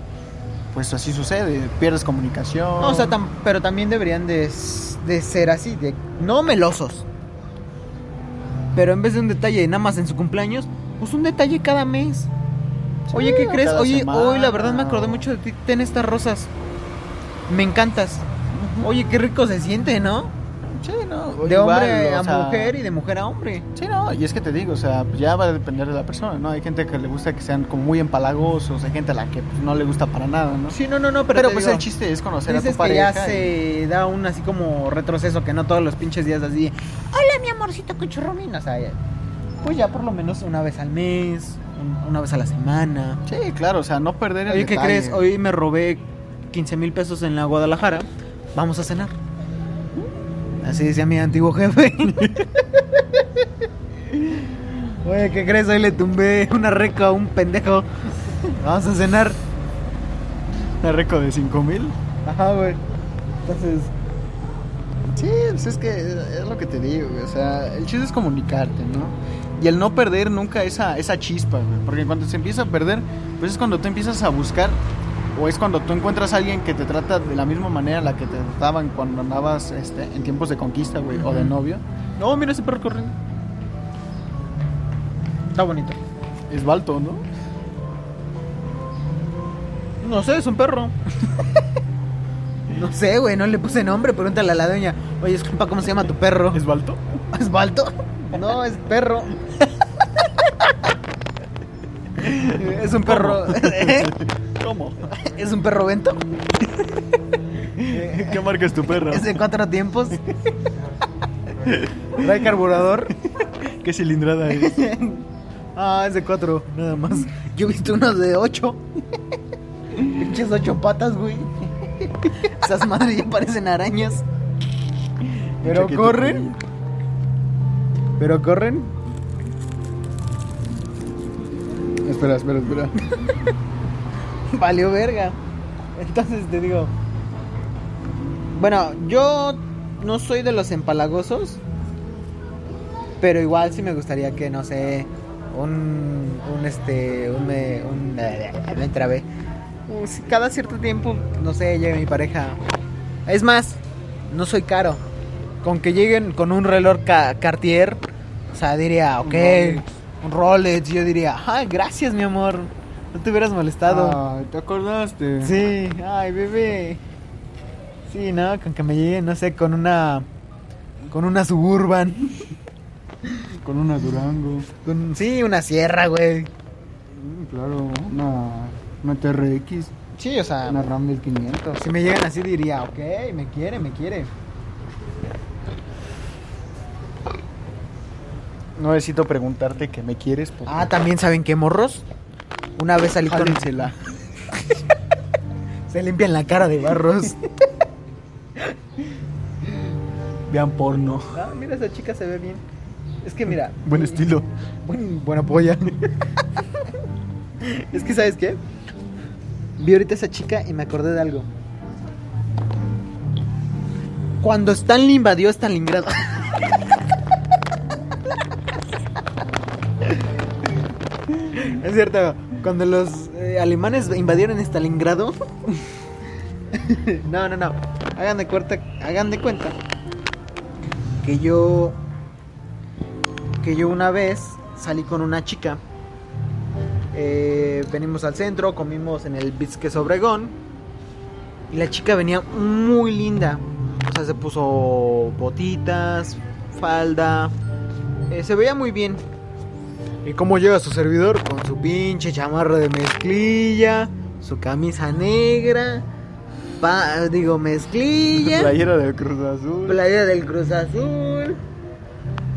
Speaker 6: pues así sucede, pierdes comunicación.
Speaker 5: No, o sea, tam- pero también deberían de, s- de ser así, de no melosos. Pero en vez de un detalle nada más en su cumpleaños, pues un detalle cada mes.
Speaker 6: Sí,
Speaker 5: Oye, ¿qué
Speaker 6: o
Speaker 5: crees?
Speaker 6: cada
Speaker 5: Oye, hoy la
Speaker 6: semana,
Speaker 5: verdad me acordé
Speaker 6: o-
Speaker 5: mucho de ti. Ten estas rosas. Me encantas. Oye, qué rico se siente, ¿no?
Speaker 6: sí, no,
Speaker 5: De
Speaker 6: igual,
Speaker 5: hombre
Speaker 6: o
Speaker 5: a
Speaker 6: sea,
Speaker 5: mujer y de mujer a hombre.
Speaker 6: Sí, no, y es que te digo, o sea, pues, ya va a depender de la persona, ¿no? Hay gente que le gusta que sean como muy empalagosos, hay gente a la que pues, no le gusta para nada, ¿no?
Speaker 5: Sí, no, no, no, pero,
Speaker 6: pero
Speaker 5: te
Speaker 6: pues
Speaker 5: digo,
Speaker 6: el chiste es conocer a
Speaker 5: dices
Speaker 6: tu
Speaker 5: Pues que
Speaker 6: pareja.
Speaker 5: ya
Speaker 6: y-
Speaker 5: se da un así como retroceso que no todos los pinches días así. Hola, mi amorcito cuchurrumín, o sea, ya- pues ya por lo menos una vez al mes, un- una vez a la semana.
Speaker 6: Sí, claro, o sea, no perder el
Speaker 5: Oye, ¿qué
Speaker 6: detalle.
Speaker 5: crees? Hoy me robé 15 mil pesos en la Guadalajara. Vamos a cenar. Así decía mi antiguo jefe. Oye, ¿qué crees? Hoy le tumbé una reca a un pendejo. Vamos a cenar.
Speaker 6: Una récord de 5000.
Speaker 5: Ajá, güey. Entonces,
Speaker 6: Sí, pues es que es lo que te digo, güey, O sea, el chiste es comunicarte, ¿no? Y el no perder nunca esa, esa chispa, güey. Porque cuando se empieza a perder, pues es cuando tú empiezas a buscar. O es cuando tú encuentras a alguien que te trata de la misma manera en la que te trataban cuando andabas este, en tiempos de conquista, güey, o de novio. No, mira ese perro corriendo.
Speaker 5: está bonito.
Speaker 6: Es balto, ¿no?
Speaker 5: No sé, es un perro. no sé, güey, no le puse nombre. Pregúntale a la doña. Oye, disculpa, ¿cómo se llama tu perro?
Speaker 6: ¿Es balto?
Speaker 5: ¿Asbalto? No, es perro. es un perro. ¿Eh?
Speaker 6: ¿Cómo?
Speaker 5: ¿Es un perro vento?
Speaker 6: ¿Qué marca es tu perro?
Speaker 5: ¿Es de cuatro tiempos? ¿Trae carburador?
Speaker 6: ¿Qué cilindrada es?
Speaker 5: Ah, es de cuatro, nada más. Yo he visto unos de ocho. Pinches ocho patas, güey. Esas madres ya parecen arañas. Pero
Speaker 6: Chaqueta
Speaker 5: corren. Pero corren.
Speaker 6: Espera, espera, espera.
Speaker 5: Valió verga. Entonces te digo. Bueno, yo no soy de los empalagosos. Pero igual sí me gustaría que, no sé, un. Un este. Un me. Un, me trabé. Un- si Cada cierto tiempo, no sé, llegue mi pareja. Es más, no soy caro. Con que lleguen con un reloj ca- Cartier, o sea, diría, ok, un Rolex. Yo diría, ay, gracias, mi amor. No te hubieras molestado.
Speaker 6: Ay, ¿Te acordaste?
Speaker 5: Sí, ay, bebé. Sí, ¿no? Con que me llegue, no sé, con una. Con una suburban.
Speaker 6: Con una Durango.
Speaker 5: Con, sí, una sierra, güey.
Speaker 6: Mm, Claro, una, una TRX,
Speaker 5: Sí, o sea,
Speaker 6: una RAM 1500.
Speaker 5: si me llegan así diría, ok, me quiere, me quiere.
Speaker 6: No necesito preguntarte que me quieres. pues, porque-
Speaker 5: Ah, también saben qué morros. Una vez salí con.
Speaker 6: Jálensela.
Speaker 5: Se limpian la cara de barros.
Speaker 6: Vean porno.
Speaker 5: ah, mira, esa chica se ve bien. Es que mira.
Speaker 6: Buen estilo.
Speaker 5: Buen- buena polla. es que, ¿sabes qué? Vi ahorita a esa chica y me acordé de algo. Cuando Stanley invadió Stalingrado. es cierto, cuando los eh, alemanes invadieron Stalingrado. no, no, no. Hagan de, cuenta, hagan de cuenta que yo que yo una vez salí con una chica. Eh, venimos al centro, comimos en el Bisques Obregón. Y la chica venía muy linda. O sea, se puso botitas, falda. eh, se veía muy bien. ¿Y cómo llega su servidor? Con su pinche chamarra de mezclilla, su camisa negra, pa- digo mezclilla,
Speaker 6: Playera del Cruz Azul.
Speaker 5: playera del Cruz Azul.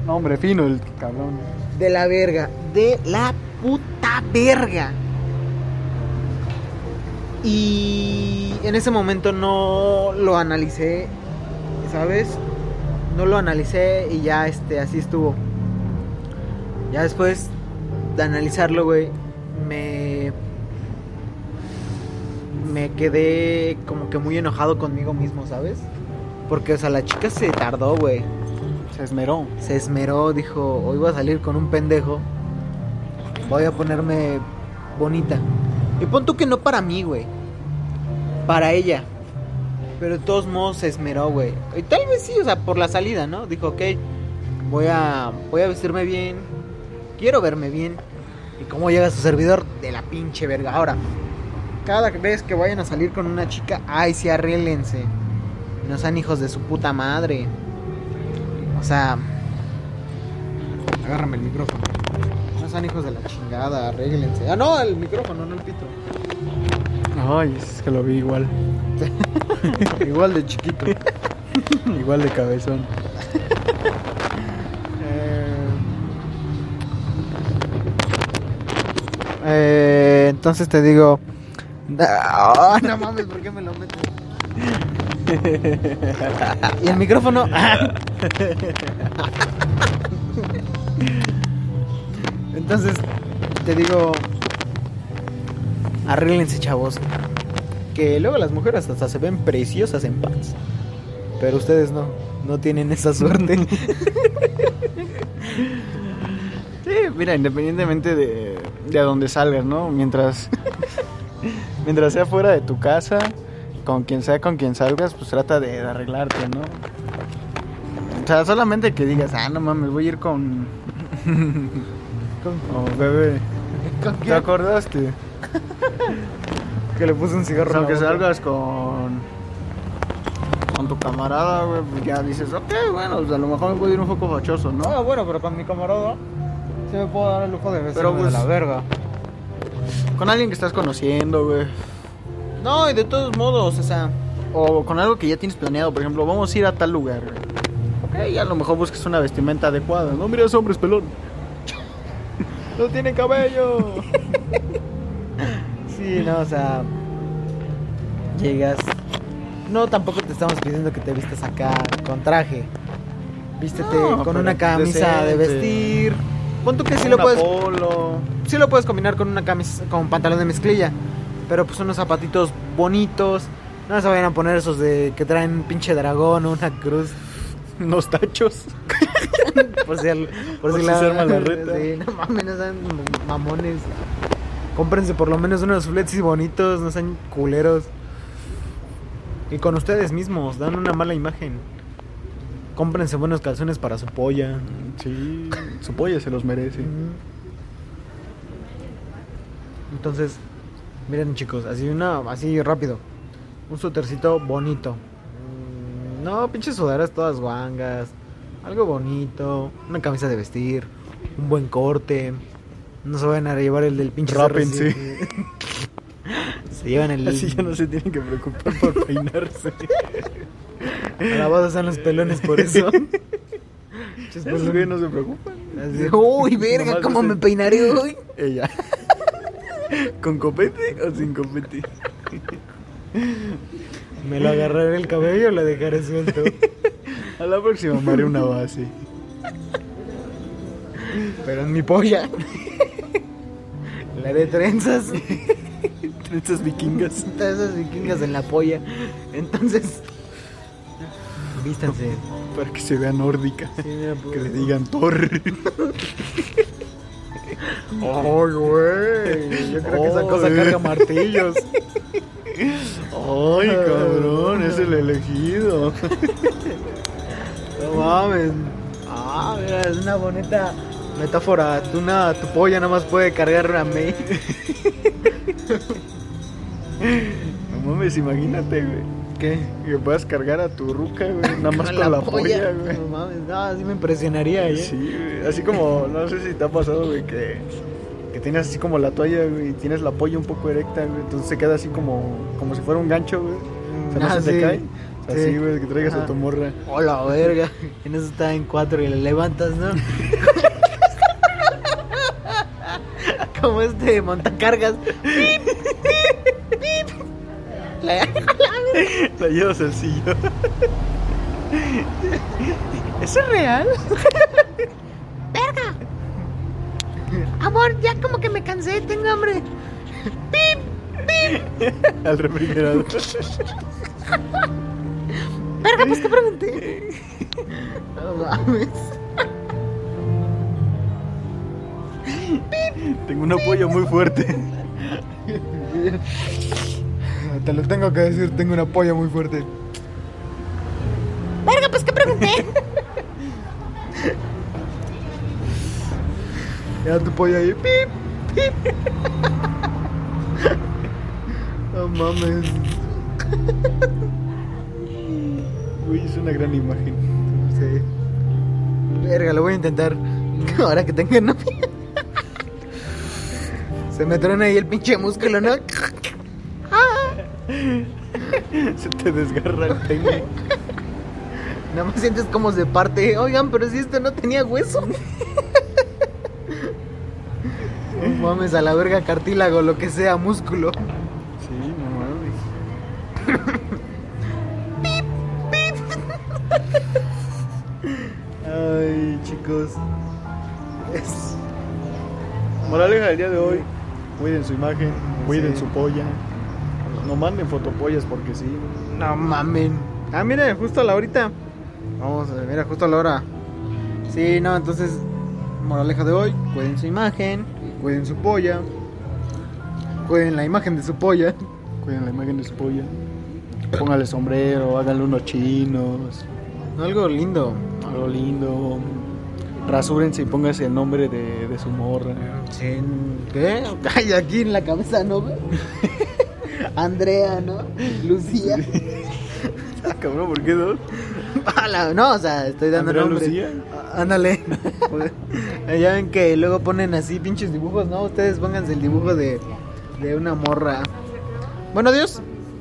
Speaker 6: No, hombre, fino el cabrón.
Speaker 5: De la verga. De la puta verga. Y en ese momento no lo analicé, ¿sabes? No lo analicé y ya este, así estuvo. Ya después de analizarlo, güey, me. Me quedé como que muy enojado conmigo mismo, ¿sabes? Porque, o sea, la chica se tardó, güey
Speaker 6: Se esmeró.
Speaker 5: se esmeró, dijo, hoy voy a salir con un pendejo, voy a ponerme bonita. Y pon tú que no para mí, güey, para ella. Pero de todos modos se esmeró, güey. Y tal vez sí, o sea, por la salida, ¿no? Dijo, ok, voy a, voy a vestirme bien, quiero verme bien. ¿Y cómo llega su servidor? De la pinche verga. Ahora, cada vez que vayan a salir con una chica, ay, sí, arréglense. No sean hijos de su puta madre. O sea, agárrame el micrófono. No sean hijos de la chingada, arréglense. Ah, no, el micrófono, no el pito.
Speaker 6: Ay, es que lo vi igual.
Speaker 5: Igual de chiquito.
Speaker 6: Igual de cabezón.
Speaker 5: Eh, Eh, entonces te digo. Ah, no mames, ¿por qué me lo metes? y el micrófono. ah. entonces te digo. Arréglense, chavos. Que luego las mujeres hasta se ven preciosas en pants. Pero ustedes no. No tienen esa suerte.
Speaker 6: Sí, mira, independientemente de, de a dónde salgas, ¿no? Mientras, mientras sea fuera de tu casa, con quien sea con quien salgas, pues trata de, de arreglarte, ¿no? O sea, solamente que digas, ah, no mames, voy a ir con... con... bebé. ¿Te acordaste?
Speaker 5: que le puse un cigarro.
Speaker 6: Pues
Speaker 5: en la
Speaker 6: aunque
Speaker 5: boca.
Speaker 6: salgas con con tu camarada, güey, pues ya dices, ok, bueno, pues a lo mejor me puedo ir un poco fachoso,
Speaker 5: Ah,
Speaker 6: ¿no?
Speaker 5: bueno, pero con mi camarada se me puedo dar el lujo de
Speaker 6: Pero,
Speaker 5: besarme
Speaker 6: pues-
Speaker 5: de la verga.
Speaker 6: Con alguien que estás conociendo, güey.
Speaker 5: No, y de todos modos, o sea,
Speaker 6: O con algo que ya tienes planeado, por ejemplo, vamos a ir a tal lugar, güey. Ok, y a lo mejor busques una vestimenta adecuada. No mires hombres pelón.
Speaker 5: no tiene cabello. sí, no, o sea, llegas. No, tampoco te estamos pidiendo que te vistas acá con traje. Vístete
Speaker 6: No,
Speaker 5: con
Speaker 6: pero
Speaker 5: una camisa de
Speaker 6: decente.
Speaker 5: vestir. Pon tú que sí lo
Speaker 6: Un
Speaker 5: puedes
Speaker 6: polo.
Speaker 5: sí lo puedes combinar con una camisa, con pantalón de mezclilla, pero pues unos zapatitos bonitos. No se vayan a poner esos de que traen un pinche dragón o una cruz.
Speaker 6: Unos tachos.
Speaker 5: Por si, al-
Speaker 6: Por si se arma la reta.
Speaker 5: Sí, no mames, no sean m- mamones. Cómprense por lo menos unos fletis bonitos, no sean culeros. Y con ustedes mismos, dan una mala imagen. Cómprense buenos calzones para su polla.
Speaker 6: Sí, su polla se los merece.
Speaker 5: Entonces, miren chicos, así una, así rápido. Un sutercito bonito. Mm, No, pinches sudaderas todas guangas. Algo bonito. Una camisa de vestir. Un buen corte. No se vayan a llevar el del pinche
Speaker 6: Rápense.
Speaker 5: CR7. se llevan el.
Speaker 6: Así ya no se tienen que preocupar por peinarse.
Speaker 5: Alabados sean los pelones por eso. Pinches
Speaker 6: Esos güeyes no se preocupan.
Speaker 5: Así de, Uy, verga,
Speaker 6: Nomás
Speaker 5: cómo
Speaker 6: dicen,
Speaker 5: me peinaré hoy.
Speaker 6: Ella. ¿Con copete o sin copete?
Speaker 5: Me lo agarraré el cabello y lo dejaré suelto.
Speaker 6: A la próxima me haré una base.
Speaker 5: Pero en mi polla. La de trenzas.
Speaker 6: Trenzas vikingas.
Speaker 5: Todas esas vikingas en la polla. Entonces. Vístanse.
Speaker 6: Para que se vea nórdica.
Speaker 5: Sí, mira, pues.
Speaker 6: Que le digan Thor.
Speaker 5: ¡Ay, güey! Yo creo que esa
Speaker 6: Oh,
Speaker 5: cosa
Speaker 6: eh.
Speaker 5: carga martillos.
Speaker 6: Ay, cabrón, es el elegido.
Speaker 5: No mames. Ah, mira, es una bonita metáfora. Tú na- tu polla nada más puede cargar a mí.
Speaker 6: No mames, imagínate, güey. ¿Qué? Que puedas cargar a tu ruca, güey. Nada más con, la, polla, güey.
Speaker 5: No mames, no, así me impresionaría, ¿eh?
Speaker 6: Sí, güey. Así como, no sé si te ha pasado, güey, que, que tienes así como la toalla, güey, y tienes la polla un poco erecta, güey. Entonces se queda así como, como si fuera un gancho, güey. O sea, no
Speaker 5: Ah, sí.
Speaker 6: se te cae. Así,
Speaker 5: Sí.
Speaker 6: güey, que traigas
Speaker 5: Ajá.
Speaker 6: a tu morra.
Speaker 5: Hola, verga. En eso está en cuatro y le levantas, ¿no? Como este montacargas.
Speaker 6: La llevas al sillón.
Speaker 5: ¿Eso es real?
Speaker 1: ¡Verga! Amor, ya como que me cansé, tengo hambre.
Speaker 6: Al refrigerador.
Speaker 1: ¡Verga, pues te pregunté!
Speaker 5: No mames.
Speaker 6: Tengo una polla muy fuerte.
Speaker 5: Te lo tengo que decir, tengo una polla muy fuerte.
Speaker 1: ¡Verga, pues te pregunté!
Speaker 5: Era tu polla ahí. Pip, pip. No mames.
Speaker 6: Uy, es una gran imagen.
Speaker 5: Sí. Verga, lo voy a intentar. Ahora que tenga novia. Se me truena ahí el pinche músculo, ¿no?
Speaker 6: Se te desgarra el pene.
Speaker 5: Nada más sientes como se este parte. Oigan, pero si esto no tenía hueso. No mames, a la verga, cartílago, lo que sea, músculo.
Speaker 6: Sí, no mames.
Speaker 5: Ay, chicos. Es-
Speaker 6: Moraleja del día de hoy, cuiden su imagen, cuiden
Speaker 5: Sí.
Speaker 6: su polla. No manden fotopollas porque sí.
Speaker 5: No mamen. Ah, mira, justo a la horita. Vamos a ver, mira, justo a la hora. Sí, no, entonces, moraleja de hoy, cuiden su imagen, cuiden su polla, cuiden la imagen de su polla.
Speaker 6: Cuiden la imagen de su polla. Póngale sombrero, háganle unos chinos,
Speaker 5: Algo lindo.
Speaker 6: algo lindo. Rasúrense y pónganse el nombre de, de su morra.
Speaker 5: Sí, ¿Qué? Ay, aquí en la cabeza, ¿no? güey? Andrea, ¿no? Lucía.
Speaker 6: Ah, cabrón, ¿por qué no?
Speaker 5: A la- no, o sea, estoy dando
Speaker 6: ¿Andrea
Speaker 5: nombres.
Speaker 6: Lucía?
Speaker 5: Á- Ándale. Eh, ya ven que luego ponen así pinches dibujos, ¿no? Ustedes pónganse el dibujo de, de una morra. Bueno, adiós.